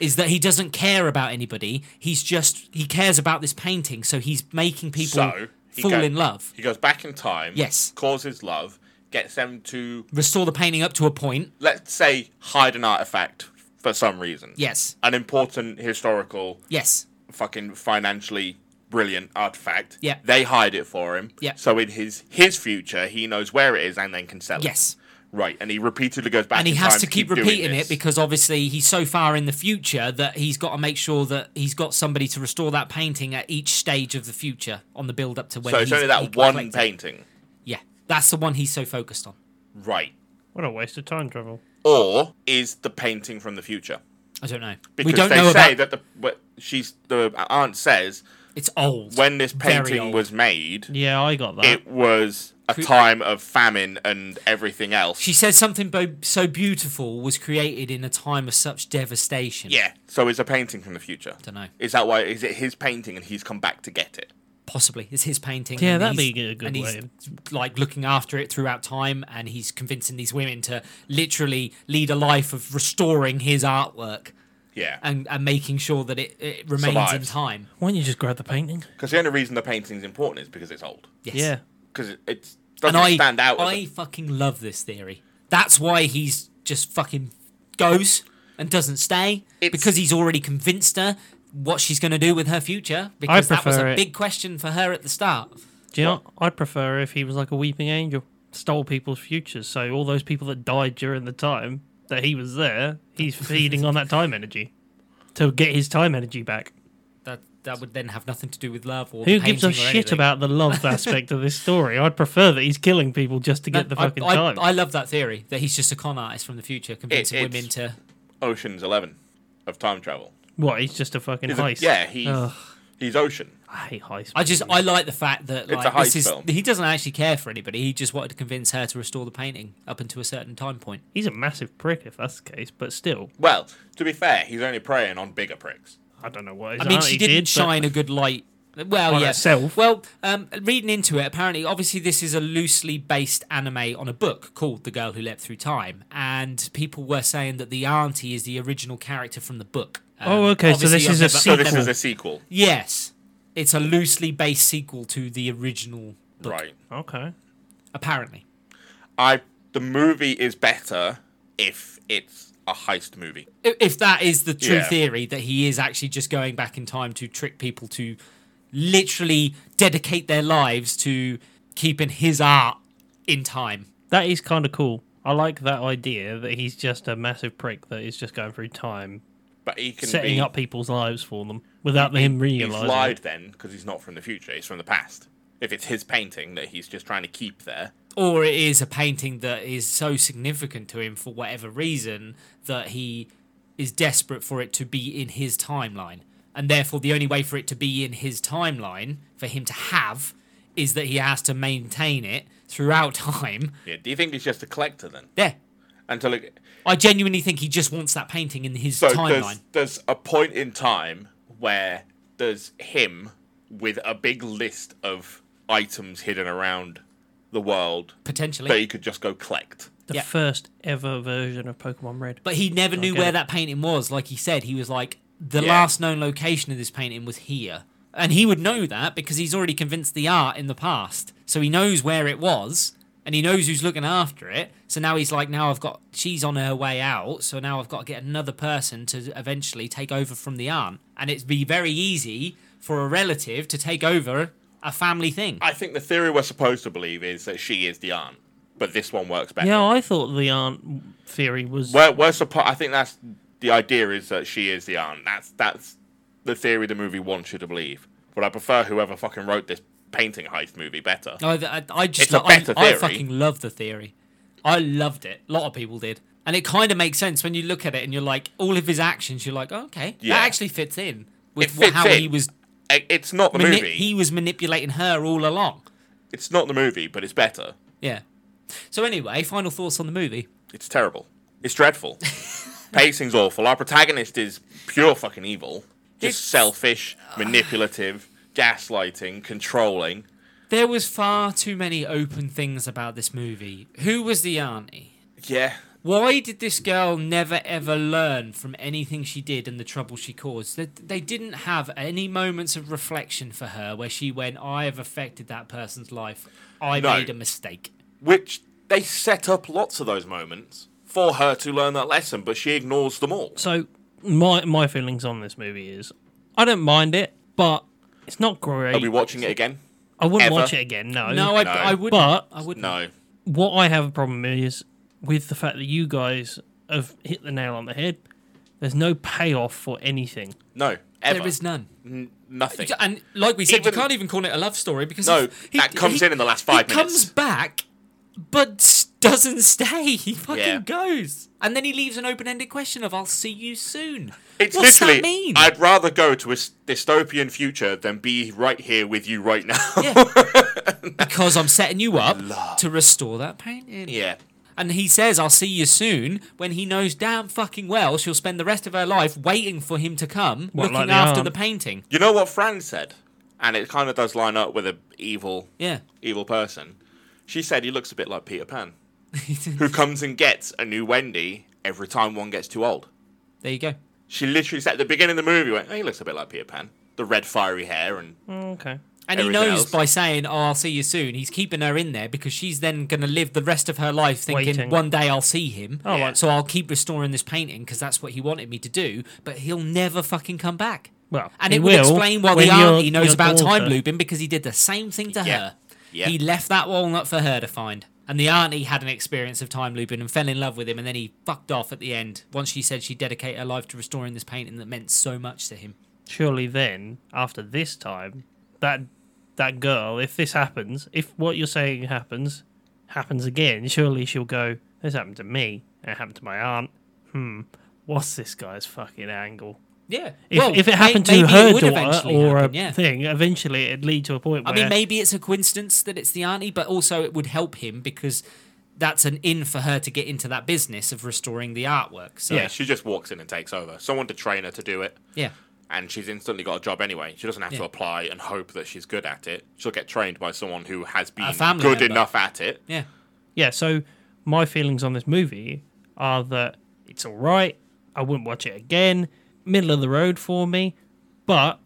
A: is that he doesn't care about anybody he's just he cares about this painting so he's making people
C: So he
A: fall
C: go-
A: in love
C: He goes back in time.
A: Yes.
C: Causes love. Gets them to
A: restore the painting up to a point
C: let's say hide an artifact for some reason.
A: yes
C: An important historical
A: yes
C: fucking financially brilliant artifact.
A: Yeah.
C: They hide it for him.
A: Yeah.
C: So in his his future, he knows where it is and then can sell it.
A: yes
C: Right. And he repeatedly goes back.
A: and he
C: in
A: has
C: time
A: to keep,
C: doing
A: repeating
C: this.
A: it because obviously he's so far in the future that he's got to make sure that he's got somebody to restore that painting at each stage of the future on the build up to when
C: so it's
A: he's-
C: only
A: he
C: that one
A: collects it.
C: painting.
A: yeah that's the one he's so focused on
C: Right.
B: What a waste of time travel.
C: Or is the painting from the future?
A: i don't know
C: Because
A: we don't
C: they
A: know
C: say
A: about
C: that the what she's the aunt says
A: it's old
C: when this
A: Very
C: painting
A: old.
C: was made,
B: Yeah, I got that.
C: it was a time of famine and everything else.
A: She says something bo- so beautiful was created in a time of such devastation.
C: yeah. So it's a painting from the future.
A: Dunno.
C: Is that why? Is it his painting and he's come back to get it?
A: Possibly. It's his painting.
B: Yeah,
A: and
B: that'd
A: he's-
B: be a good
A: and he's,
B: way.
A: like looking after it throughout time and he's convincing these women to literally lead a life of restoring his artwork
C: Yeah.
A: and, and making sure that it, it remains in
C: Survives.
A: time.
B: Why don't you just grab the painting?
C: Because the only reason the painting's important is because it's old.
A: Yes.
B: Yeah.
C: Because it, it's
A: And
C: doesn't
A: I,
C: stand out. as
A: I
C: a-
A: fucking love this theory. That's why he's just fucking goes and doesn't stay
C: It's-
A: because he's already convinced her what she's going to do with her future because that was
B: prefer
A: a
B: it.
A: big question for her at the start.
B: Do you know, I'd prefer if he was like a weeping angel, stole people's futures. So all those people that died during the time that he was there, he's feeding on that time energy to get his time energy back.
A: That that would then have nothing to do with love or
B: Who
A: the
B: gives a
A: painting or
B: shit
A: anything.
B: about the love aspect of this story? I'd prefer that he's killing people just to get the
A: I-
B: fucking
A: I,
B: time.
A: I, love that theory that he's just a con artist from the future convincing
C: it's-
A: women to
C: Ocean's Eleven of time travel.
B: what? He's just a fucking
C: He's a-
B: heist.
C: yeah, he's
B: Ugh.
C: He's Ocean.
B: I hate heist.
A: I just I like the fact that
C: a
A: like
C: heist
A: this is
C: film.
A: he doesn't actually care for anybody. He just wanted to convince her to restore the painting up until a certain time point.
B: He's a massive prick if that's the case, but still,
C: Well, to be fair, he's only preying on bigger pricks.
B: I don't know what his
A: I mean,
B: auntie
A: she didn't
B: did, but-
A: shine a good light. Well,
B: On
A: yeah.
B: herself.
A: Well, um, reading into it, apparently, obviously, this is a loosely based anime on a book called "The Girl Who Leapt Through Time," and people were saying that the auntie is the original character from the book. Um,
B: Oh, okay, so
A: obviously,
B: this
A: I've
B: is a
A: never- I've
C: So this
A: never-
C: is a sequel,
A: yes, it's a loosely based sequel to the original book,
C: right?
B: Okay.
A: apparently.
C: I the movie is better if it's a heist movie.
A: I- If that is the true
C: Yeah.
A: theory, that he is actually just going back in time to trick people to literally dedicate their lives to keeping his art in time.
B: That is kind of cool. I like that idea that he's just a massive prick that is just going through time,
C: But he can
B: setting
C: be
B: up people's lives for them without him
C: he's
B: realizing.
C: lied then because he's not from the future. He's from the past. If it's his painting that he's just trying to keep there,
A: or it is a painting that is so significant to him for whatever reason that he is desperate for it to be in his timeline. And therefore, the only way for it to be in his timeline, for him to have, is that he has to maintain it throughout time.
C: yeah. Do you think he's just a collector then?
A: There.
C: Until it,
A: I genuinely think he just wants that painting in his
C: so
A: timeline.
C: there's there's a point in time where there's him with a big list of items hidden around the world
A: Potentially.
C: that he could just go collect.
B: The
A: Yeah.
B: first ever version of Pokemon Red.
A: But he never knew
B: get
A: where
B: it.
A: that painting was. Like he said, he was like, the
C: Yeah.
A: last known location of this painting was here. And he would know that because he's already convinced the art in the past. So he knows where it was and he knows who's looking after it. So now he's like, now I've got, she's on her way out. So now I've got to get another person to eventually take over from the aunt. And it'd be very easy for a relative to take over a family thing.
C: I think the theory we're supposed to believe is that she is the aunt, but this one works better.
B: Yeah, I thought the aunt theory was.
C: We're, we're suppo- I think that's the idea is that she is the aunt. That's that's the theory the movie wants you to believe. But I prefer whoever fucking wrote this painting heist movie better.
A: No, I, I- I just
C: It's a
A: lo- I-
C: better
A: I,
C: theory.
A: fucking love the theory. I loved it. A lot of people did, and it kind of makes sense when you look at it and you're like, all of his actions. You're like, oh, okay,
C: Yeah.
A: that actually fits in with
C: It
A: wh-
C: fits
A: how
C: in.
A: he was.
C: I- It's not the
A: mani-
C: movie.
A: he was manipulating her all along.
C: It's not the movie, but it's better.
A: Yeah. So anyway, final thoughts on the movie.
C: It's terrible. It's dreadful. Pacing's awful. Our protagonist is pure fucking evil. Just
A: It's-
C: selfish, manipulative, gaslighting, controlling.
A: There was far too many open things about this movie. Who was the auntie?
C: Yeah.
A: Why did this girl never ever learn from anything she did and the trouble she caused? They, they didn't have any moments of reflection for her where she went, I have affected that person's life. I
C: No.
A: made a mistake.
C: Which they set up lots of those moments for her to learn that lesson, but she ignores them all.
B: So my my feelings on this movie is, I don't mind it, but it's not great.
C: Are we watching it again?
B: I wouldn't
C: ever?
B: watch it again. No.
A: No, I,
C: No.
A: I wouldn't.
B: But-
A: I wouldn't.
C: No.
B: what I have a problem with is with the fact that you guys have hit the nail on the head. There's no payoff for anything.
C: No. Ever.
A: There is none.
C: N- nothing.
A: And like we said,
C: Even-
A: you can't even call it a love story because
C: No,
A: if-
C: that comes in in the last five
A: he
C: minutes.
A: comes back, but s- doesn't stay. He fucking
C: Yeah.
A: goes, and then he leaves an open-ended question of "I'll see you soon."
C: It's
A: What's
C: literally.
A: that mean?
C: I'd rather go to a s- dystopian future than be right here with you right now.
A: Yeah. because I'm setting you up to restore that painting.
C: yeah.
A: And he says, I'll see you soon, when he knows damn fucking well she'll spend the rest of her life waiting for him to come,
B: What,
A: looking
B: like the
A: after
B: aunt?
A: the painting.
C: You know what Fran said, and it kind of does line up with a evil,
A: Yeah.
C: evil person. She said he looks a bit like Peter Pan, who comes and gets a new Wendy every time one gets too old.
A: there you go.
C: She literally said at the beginning of the movie, went, "Oh, he looks a bit like Peter Pan." The red fiery hair and
B: Okay.
A: And
C: Everything
A: he knows
C: else.
A: by saying, Oh, I'll see you soon, he's keeping her in there because she's then going to live the rest of her life thinking,
B: Waiting.
A: One day I'll see him.
B: Oh, like-
A: So I'll keep restoring this painting because that's what he wanted me to do, but he'll never fucking come back.
B: Well,
A: and
B: he
A: it would
B: will
A: explain why
B: when
A: the
B: your-
A: auntie knows
B: your
A: about time
B: daughter-
A: looping because he did the same thing to
C: Yeah.
A: her.
C: Yeah.
A: He left that walnut for her to find. And the auntie had an experience of time looping and fell in love with him, and then he fucked off at the end once she said she'd dedicate her life to restoring this painting that meant so much to him.
B: Surely then, after this time, that that girl, if this happens, if what you're saying happens, happens again, surely she'll go. This happened to me. It happened to my aunt. Hmm. What's this guy's fucking angle?
A: Yeah.
B: If,
A: well,
B: if it
A: may-
B: happened
A: maybe
B: to
A: it
B: her
A: would
B: daughter
A: eventually
B: or
A: happen,
B: a
A: yeah.
B: thing, eventually it'd lead to a point
A: I
B: where
A: mean, maybe it's a coincidence that it's the auntie, but also it would help him because that's an in for her to get into that business of restoring the artwork. So,
C: Yeah, she just walks in and takes over. Someone to train her to do it.
A: yeah.
C: and she's instantly got a job anyway. She doesn't have to
A: Yeah.
C: apply and hope that she's good at it. She'll get trained by someone who has been good
A: family member.
C: enough at it.
A: Yeah.
B: yeah. So my feelings on this movie are that it's all right. I wouldn't watch it again. Middle of the road for me, but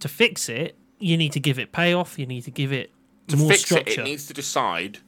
B: to fix it, you need to give it payoff. You need to give it
C: To
B: more
C: fix
B: structure.
C: it, it needs to decide.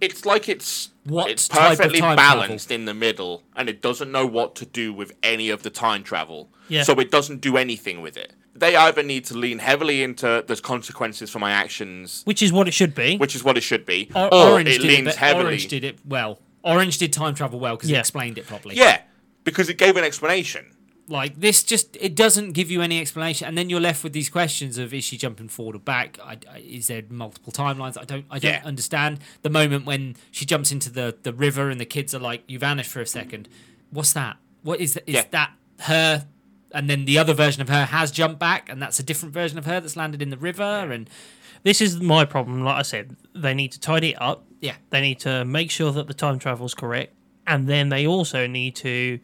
C: It's like it's
A: What
C: it's
A: type of
C: perfectly
A: time
C: balanced in the middle, and it doesn't know what to do with any of the time travel.
B: Yeah.
C: So it doesn't do anything with it. They either need to lean heavily into there's consequences for my actions,
B: which is what it should be.
C: which is what it should be,
A: Or-
C: or
A: Orange
C: Oh, it
A: did
C: leans
A: it, but
C: heavily.
A: Orange did it well. Orange did time travel well because
B: Yeah.
A: he explained it properly.
C: yeah, because it gave an explanation.
A: Like this, just it doesn't give you any explanation, and then you're left with these questions of: Is she jumping forward or back? I, I- is there multiple timelines? I don't, I don't
C: Yeah.
A: understand. The moment when she jumps into the the river and the kids are like, "You vanished for a second. What's that? What is that? Is
C: Yeah.
A: that her?" And then the other version of her has jumped back, and that's a different version of her that's landed in the river. And
B: this is my problem. Like I said, they need to tidy it up.
A: yeah,
B: They need to make sure that the time travel's correct, and then they also need to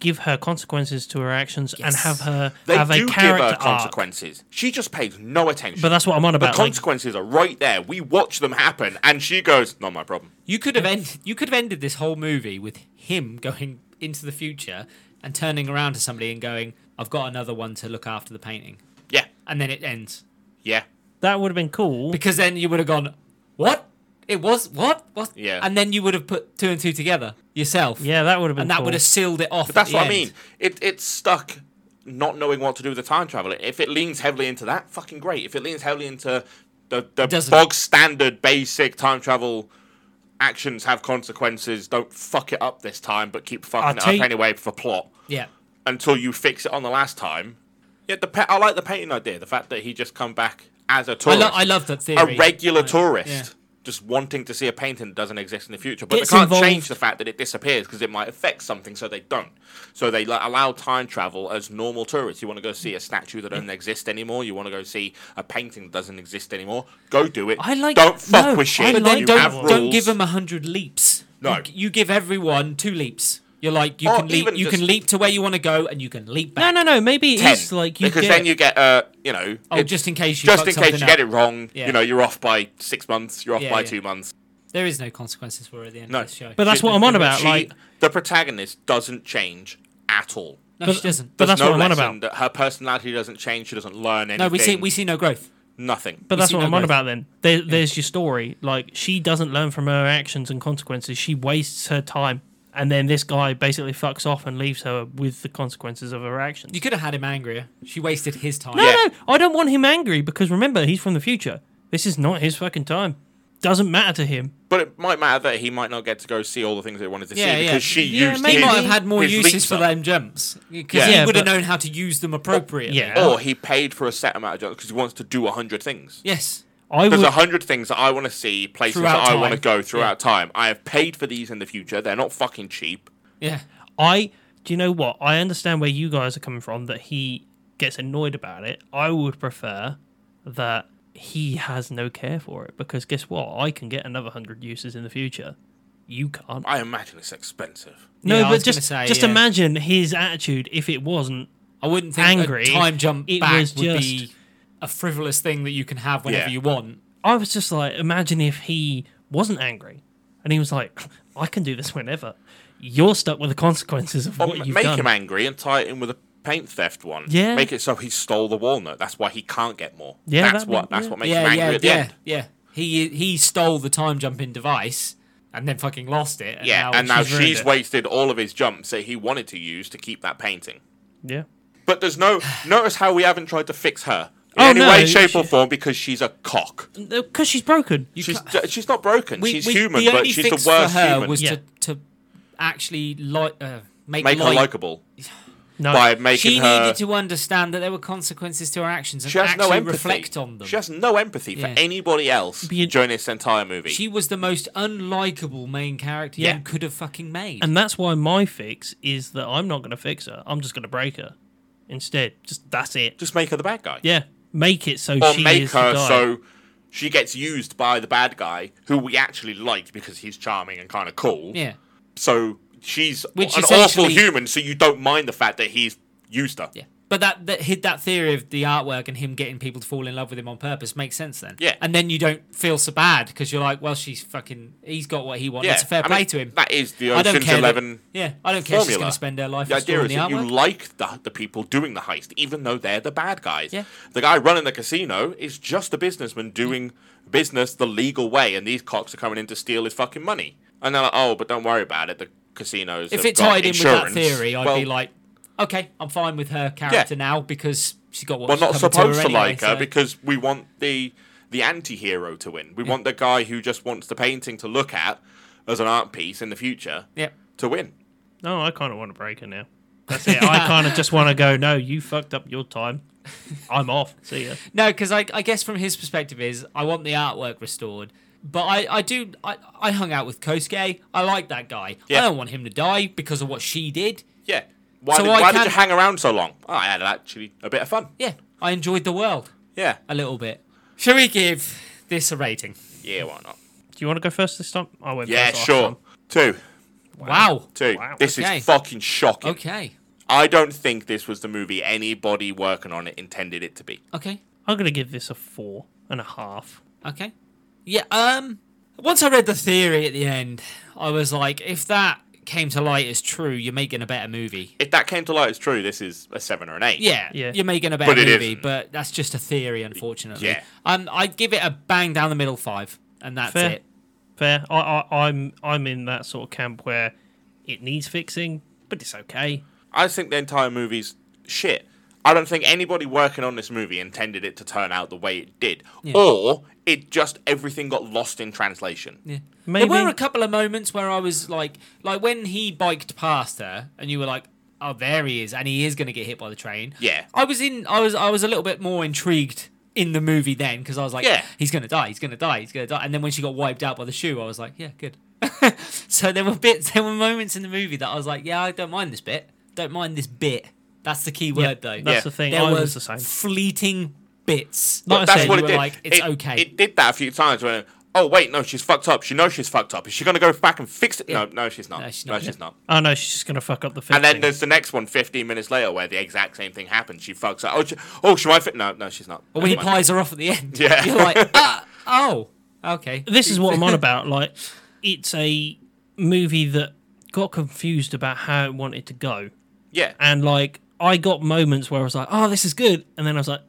B: give her consequences to her actions and
A: Yes.
B: have her
C: They
B: have
C: do
B: a
C: give
B: character
C: her
B: arc.
C: consequences. She just pays no attention.
B: But that's what I'm on
C: the
B: about. like,
C: consequences are right there. We watch them happen, and she goes, "Not my problem."
A: You could have end- you could have ended this whole movie with him going into the future and turning around to somebody and going, "I've got another one to look after the painting,"
C: Yeah,
A: and then it ends
C: yeah,
B: that would have been cool.
A: because then you would have gone, "What? It was what? What?"
C: Yeah.
A: and then you would have put two and two together yourself.
B: Yeah, that would have been.
A: and that
B: cool.
A: would have sealed it off.
C: but that's
A: at the
C: what I
A: end.
C: mean. It it's stuck, not knowing what to do with the time travel. If it leans heavily into that, fucking great. If it leans heavily into the the
A: doesn't.
C: bog standard basic time travel. Actions have consequences. Don't fuck it up this time, but keep fucking
B: I'll
C: it up
B: tell you-
C: anyway for plot
A: Yeah,
C: until you fix it on the last time. Yeah, the pa- I like the painting idea. The fact that he just come back as a
A: I,
C: tourist.
A: lo- I love that theory.
C: a regular tourist
A: yeah.
C: just wanting to see a painting that doesn't exist in the future. But
B: Gets
C: they can't
B: involved-
C: change the fact that it disappears because it might affect something, so they don't. So they like, allow time travel as normal tourists. You want to go see a statue that doesn't exist anymore. You want to go see a painting that doesn't exist anymore. Go do it.
B: I like-
C: Don't fuck
B: no,
C: with
B: I
C: shit.
A: But
B: like
A: then
C: you
A: don't
C: have rules.
A: don't give them a hundred leaps.
C: No.
A: you, you give everyone two leaps. You're like you
C: Or
A: can leap,
C: even
A: you
C: just-
A: can leap to where you want to go, and you can leap back.
B: No, no, no. Maybe
C: ten,
B: it's like you
C: because
B: get.
C: then you get uh, you know
A: Oh,
C: it-
A: just in case you
C: just
A: fuck
C: in case
A: something
C: you get it
A: up.
C: wrong.
A: Yeah.
C: You know you're off by six months. You're off
A: Yeah,
C: by
A: yeah.
C: two months.
A: There is no consequences for it at the end
C: No.
A: of this show.
B: but that's what I'm on about.
C: She-
B: like,
C: the protagonist doesn't change at all.
A: no,
B: but,
A: she doesn't.
B: But
C: There's
B: that's what I'm on
C: lesson
B: about.
C: That her personality doesn't change. She doesn't learn anything.
A: no, we see we see no growth.
C: nothing.
B: But
A: we
B: that's
A: see
B: what
A: no
B: I'm on
A: growth.
B: about. Then there, there's your story. Like she doesn't learn from her actions and consequences. She wastes her time, and then this guy basically fucks off and leaves her with the consequences of her actions.
A: You could have had him angrier. She wasted his time.
B: no,
C: Yeah.
B: no, I don't want him angry because remember he's from the future. This is not his fucking time. Doesn't matter to him.
C: but it might matter that he might not get to go see all the things that he wanted to
A: Yeah,
C: see
A: yeah.
C: because she
B: Yeah,
C: used.
A: He
B: maybe-
C: his,
A: might have had more
C: his
A: uses
C: leaps
A: for
C: up.
A: them jumps because
C: Yeah.
A: he
B: Yeah,
A: would have
B: but-
A: known how to use them appropriately.
B: Yeah.
C: Or he paid for a set amount of jobs because he wants to do a hundred things.
A: Yes.
B: I
C: There's
B: would.
C: a hundred things that I want to see, places
A: Throughout
C: that I want to
A: time.
C: go throughout time. I have paid for these in the future. They're not fucking cheap.
A: Yeah.
B: I do you know what? I understand where you guys are coming from that he gets annoyed about it. I would prefer that he has no care for it because guess what? I can get another hundred uses in the future. You can't.
C: I imagine it's expensive.
B: No,
A: Yeah, I was
B: but
A: gonna
B: just
A: say,
B: just
A: yeah.
B: imagine his attitude if it wasn't.
A: I wouldn't think
B: Angry,
A: a time jump
B: it
A: back
B: was
A: would be
B: just-
A: a frivolous thing that you can have whenever
C: Yeah.
A: you want.
B: I was just like, imagine if he wasn't angry, and he was like, "I can do this whenever." You're stuck with the consequences of
C: Or
B: what you've
C: make
B: done.
C: him angry and tie it in with a paint theft one.
B: Yeah.
C: Make it so he stole the walnut. That's why he can't get more.
B: Yeah,
C: That's
B: that'd be-
C: what that's
B: yeah.
C: what makes
A: Yeah,
C: him angry
A: yeah,
C: at the
A: yeah,
C: end.
A: yeah. He he stole the time jumping device and then fucking lost it. And
C: Yeah,
A: now
C: and now
A: ruined
C: she's
A: it.
C: wasted all of his jumps that he wanted to use to keep that painting.
B: yeah.
C: But there's no notice how we haven't tried to fix her in
B: Oh,
C: any
B: no,
C: way, shape, or
B: she-
C: form because she's a cock.
B: Because she's broken. You
C: She's she's not broken.
A: We-
C: she's
A: we-
C: human,
A: the
C: but
A: only
C: she's
A: fix
C: the worst
A: for her
C: human.
A: was
B: Yeah.
A: to, to actually like uh, make,
C: Make her
A: like-
C: likable
B: no.
C: by making
A: She
C: her.
A: needed to understand that there were consequences to her actions and
C: she has
A: actually
C: no empathy.
A: reflect on them.
C: She has no empathy
A: Yeah.
C: for anybody else
B: Be-
C: during this entire movie.
A: She was the most unlikable main character
B: Yeah.
A: you could have fucking made.
B: And that's why my fix is that I'm not going to fix her. I'm just going to break her. instead. Just that's it.
C: Just make her the bad guy.
B: Yeah, make it so
C: or
B: she
C: make
B: is the
C: her
B: guy.
C: so she gets used by the bad guy who we actually like because he's charming and kind of cool.
A: Yeah.
C: So she's
A: Which
C: an awful
A: essentially-
C: human, so you don't mind the fact that he's used her.
A: Yeah. But that that hid that theory of the artwork and him getting people to fall in love with him on purpose makes sense then.
C: Yeah.
A: And then you don't feel so bad because you're like, well, she's fucking. He's got what he wants.
C: Yeah,
A: It's a fair
C: I
A: play
C: mean,
A: to him.
C: That is the
A: I don't
C: Ocean's
A: care. that-
C: Eleven.
A: yeah, I don't care.
C: formula.
A: She's going to spend her life
C: the idea
A: exploring
C: is
A: the
C: that you
A: artwork.
C: like the, the people doing the heist, even though they're the bad guys.
A: Yeah.
C: The guy running the casino is just a businessman doing business the legal way, and these cops are coming in to steal his fucking money. And they're like, oh, but don't worry about it. The casinos.
A: if
C: have
A: it
C: got
A: tied in with
C: insurance.
A: that theory, I'd
C: Well,
A: be like, okay, I'm fine with her character now because she's got what.
C: we're
A: coming
C: not supposed
A: to,
C: to,
A: her anyway,
C: like her
A: so-
C: because we want the the anti-hero to win. We want the guy who just wants the painting to look at as an art piece in the future
A: Yep.
C: to win.
B: No, I kind of want to break her now. That's it. I kind of just want to go. No, you fucked up your time. I'm off. See ya.
A: No, because I, I guess from his perspective is I want the artwork restored. But I, I do I, I hung out with Kosuke. I like that guy.
C: Yeah.
A: I don't want him to die because of what she did.
C: Yeah. Why,
A: So
C: did,
A: I
C: why did
A: can-
C: you hang around so long? Oh, I had actually a bit of fun.
A: Yeah, I enjoyed the world
C: Yeah.
A: a little bit. Shall we give this a rating?
C: Yeah, why not?
B: Do you want to go first this time? I went
C: Yeah,
B: first last
C: sure.
B: time.
C: Two.
A: Wow.
C: Two.
B: Wow.
C: This
A: Okay.
C: is fucking shocking.
A: Okay.
C: I don't think this was the movie anybody working on it intended it to be.
A: Okay.
B: I'm gonna give this a four and a half.
A: Okay. Yeah, um once I read the theory at the end, I was like, if that came to light as true, you're making a better movie.
C: If that came to light as true, this is a seven or an eight.
A: Yeah,
B: Yeah.
A: you're making a better
C: But it
A: movie,
C: isn't.
A: but that's just a theory, unfortunately.
C: Yeah.
A: Um, I'd give it a bang down the middle five, and that's
B: Fair.
A: it.
B: Fair. I, I, I'm I'm in that sort of camp where it needs fixing, but it's okay.
C: I think the entire movie's shit. I don't think anybody working on this movie intended it to turn out the way it did, or it just everything got lost in translation.
A: Yeah.
B: Maybe-
A: There were a couple of moments where I was like, like when he biked past her, and you were like, "Oh, there he is," and he is going to get hit by the train.
C: Yeah.
A: I was in. I was. I was a little bit more intrigued in the movie then because I was like,
C: Yeah.
A: he's going to die. He's going to die. He's going to die." And then when she got wiped out by the shoe, I was like, "Yeah, good." so there were bits. There were moments in the movie that I was like, "Yeah, I don't mind this bit. Don't mind this bit." That's the key word, though.
B: That's
C: Yeah.
B: the thing.
A: There
B: I
A: were
B: was the same.
A: fleeting bits.
B: Like I
C: That's
B: said,
C: what
A: you
C: it
A: were
C: did.
A: like, "It's
C: it,
A: okay."
C: It did that a few times when, oh wait, no, she's fucked up. She knows she's fucked up. Is she gonna go back and fix it? No, no, she's not.
A: No, she's not.
B: Oh no, she's just gonna fuck up the fixing.
C: And then there's the next one, 15 minutes later, where the exact same thing happens. She fucks up. Oh, she, oh, she might fit. No, no, she's not.
A: But when he
C: Never mind.
A: plies her off at the end,
C: Yeah.
A: you're like, ah, oh, okay.
B: this is what I'm on about. Like, it's a movie that got confused about how it wanted to go,
C: Yeah.
B: and like I got moments where I was like, "Oh, this is good," and then I was like,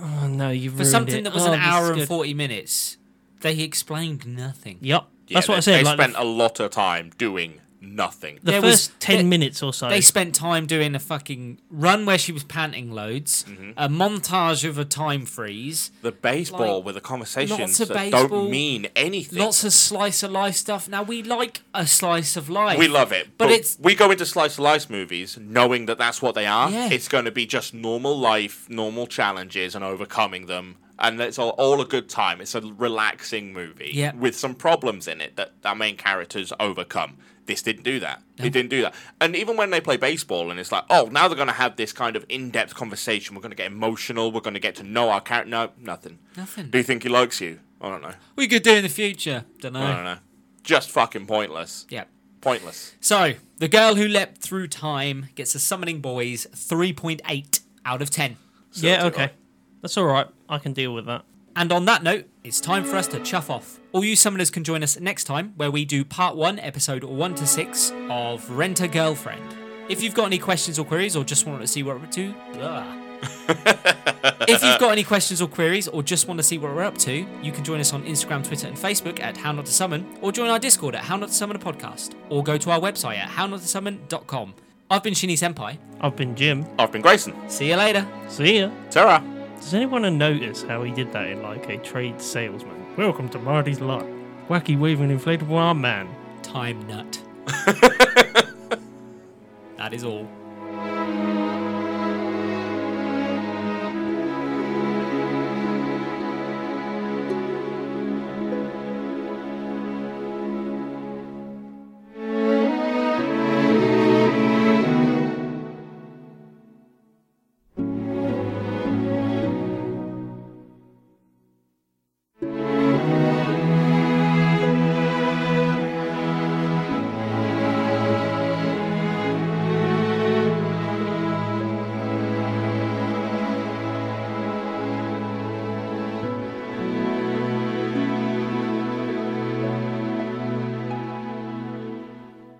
B: "Oh no, you
A: For something that
B: Oh,
A: was an hour and
B: four.
A: 40 minutes, they explained nothing.
B: Yep,
C: Yeah,
B: that's what
C: they-
B: I said.
C: They
B: Like
C: spent
B: the,
C: a lot of time doing nothing.
B: the
A: there was-
B: first ten
A: they-
B: minutes or so.
A: They spent time doing a fucking run where she was panting loads,
C: Mm-hmm.
A: a montage of a time freeze,
C: The baseball
A: Like,
C: with the conversations
A: lots of
C: that
A: baseball,
C: don't mean anything.
A: lots of slice of life stuff. Now, we like a slice of life.
C: we love it,
A: But
C: but,
A: it's-
C: we go into slice of life movies knowing that that's what they are.
A: Yeah.
C: It's going to be just normal life, normal challenges, and overcoming them, and it's all, all a good time. It's a relaxing movie
A: Yeah.
C: with some problems in it that our main characters overcome. This didn't do that. It didn't do that. And even when they play baseball, and it's like, oh, now they're going to have this kind of in-depth conversation. We're going to get emotional. We're going to get to know our character. No, nothing.
A: Nothing.
C: Do you think he likes you? I don't know.
A: We could do in the future. Don't know.
C: I don't know. Just fucking pointless.
A: Yeah.
C: Pointless.
A: So, The Girl Who Leapt Through Time gets a Summoning Boys 3.8 out of 10.
B: yeah,
C: do
B: okay,
C: I.
B: that's all right. I can deal with that.
A: And on that note, it's time for us to chuff off. All you summoners can join us next time, where we do part one, episode one to six of Rent a Girlfriend. If you've got any questions or queries, or just want to see what we're up to, blah. if you've got any questions or queries, or just want to see what we're up to, you can join us on Instagram, Twitter, and Facebook at How Not to Summon, or join our Discord at How Not to Summon a Podcast, or go to our website at HowNotToSummon.com. I've been Shinny Senpai.
B: I've been Jim.
C: I've been Grayson.
A: See you later.
B: See ya.
C: Sarah.
B: Does anyone notice how he did that in like a trade salesman? Welcome to Marty's lot. Wacky waving inflatable arm man.
A: Time nut. that is all.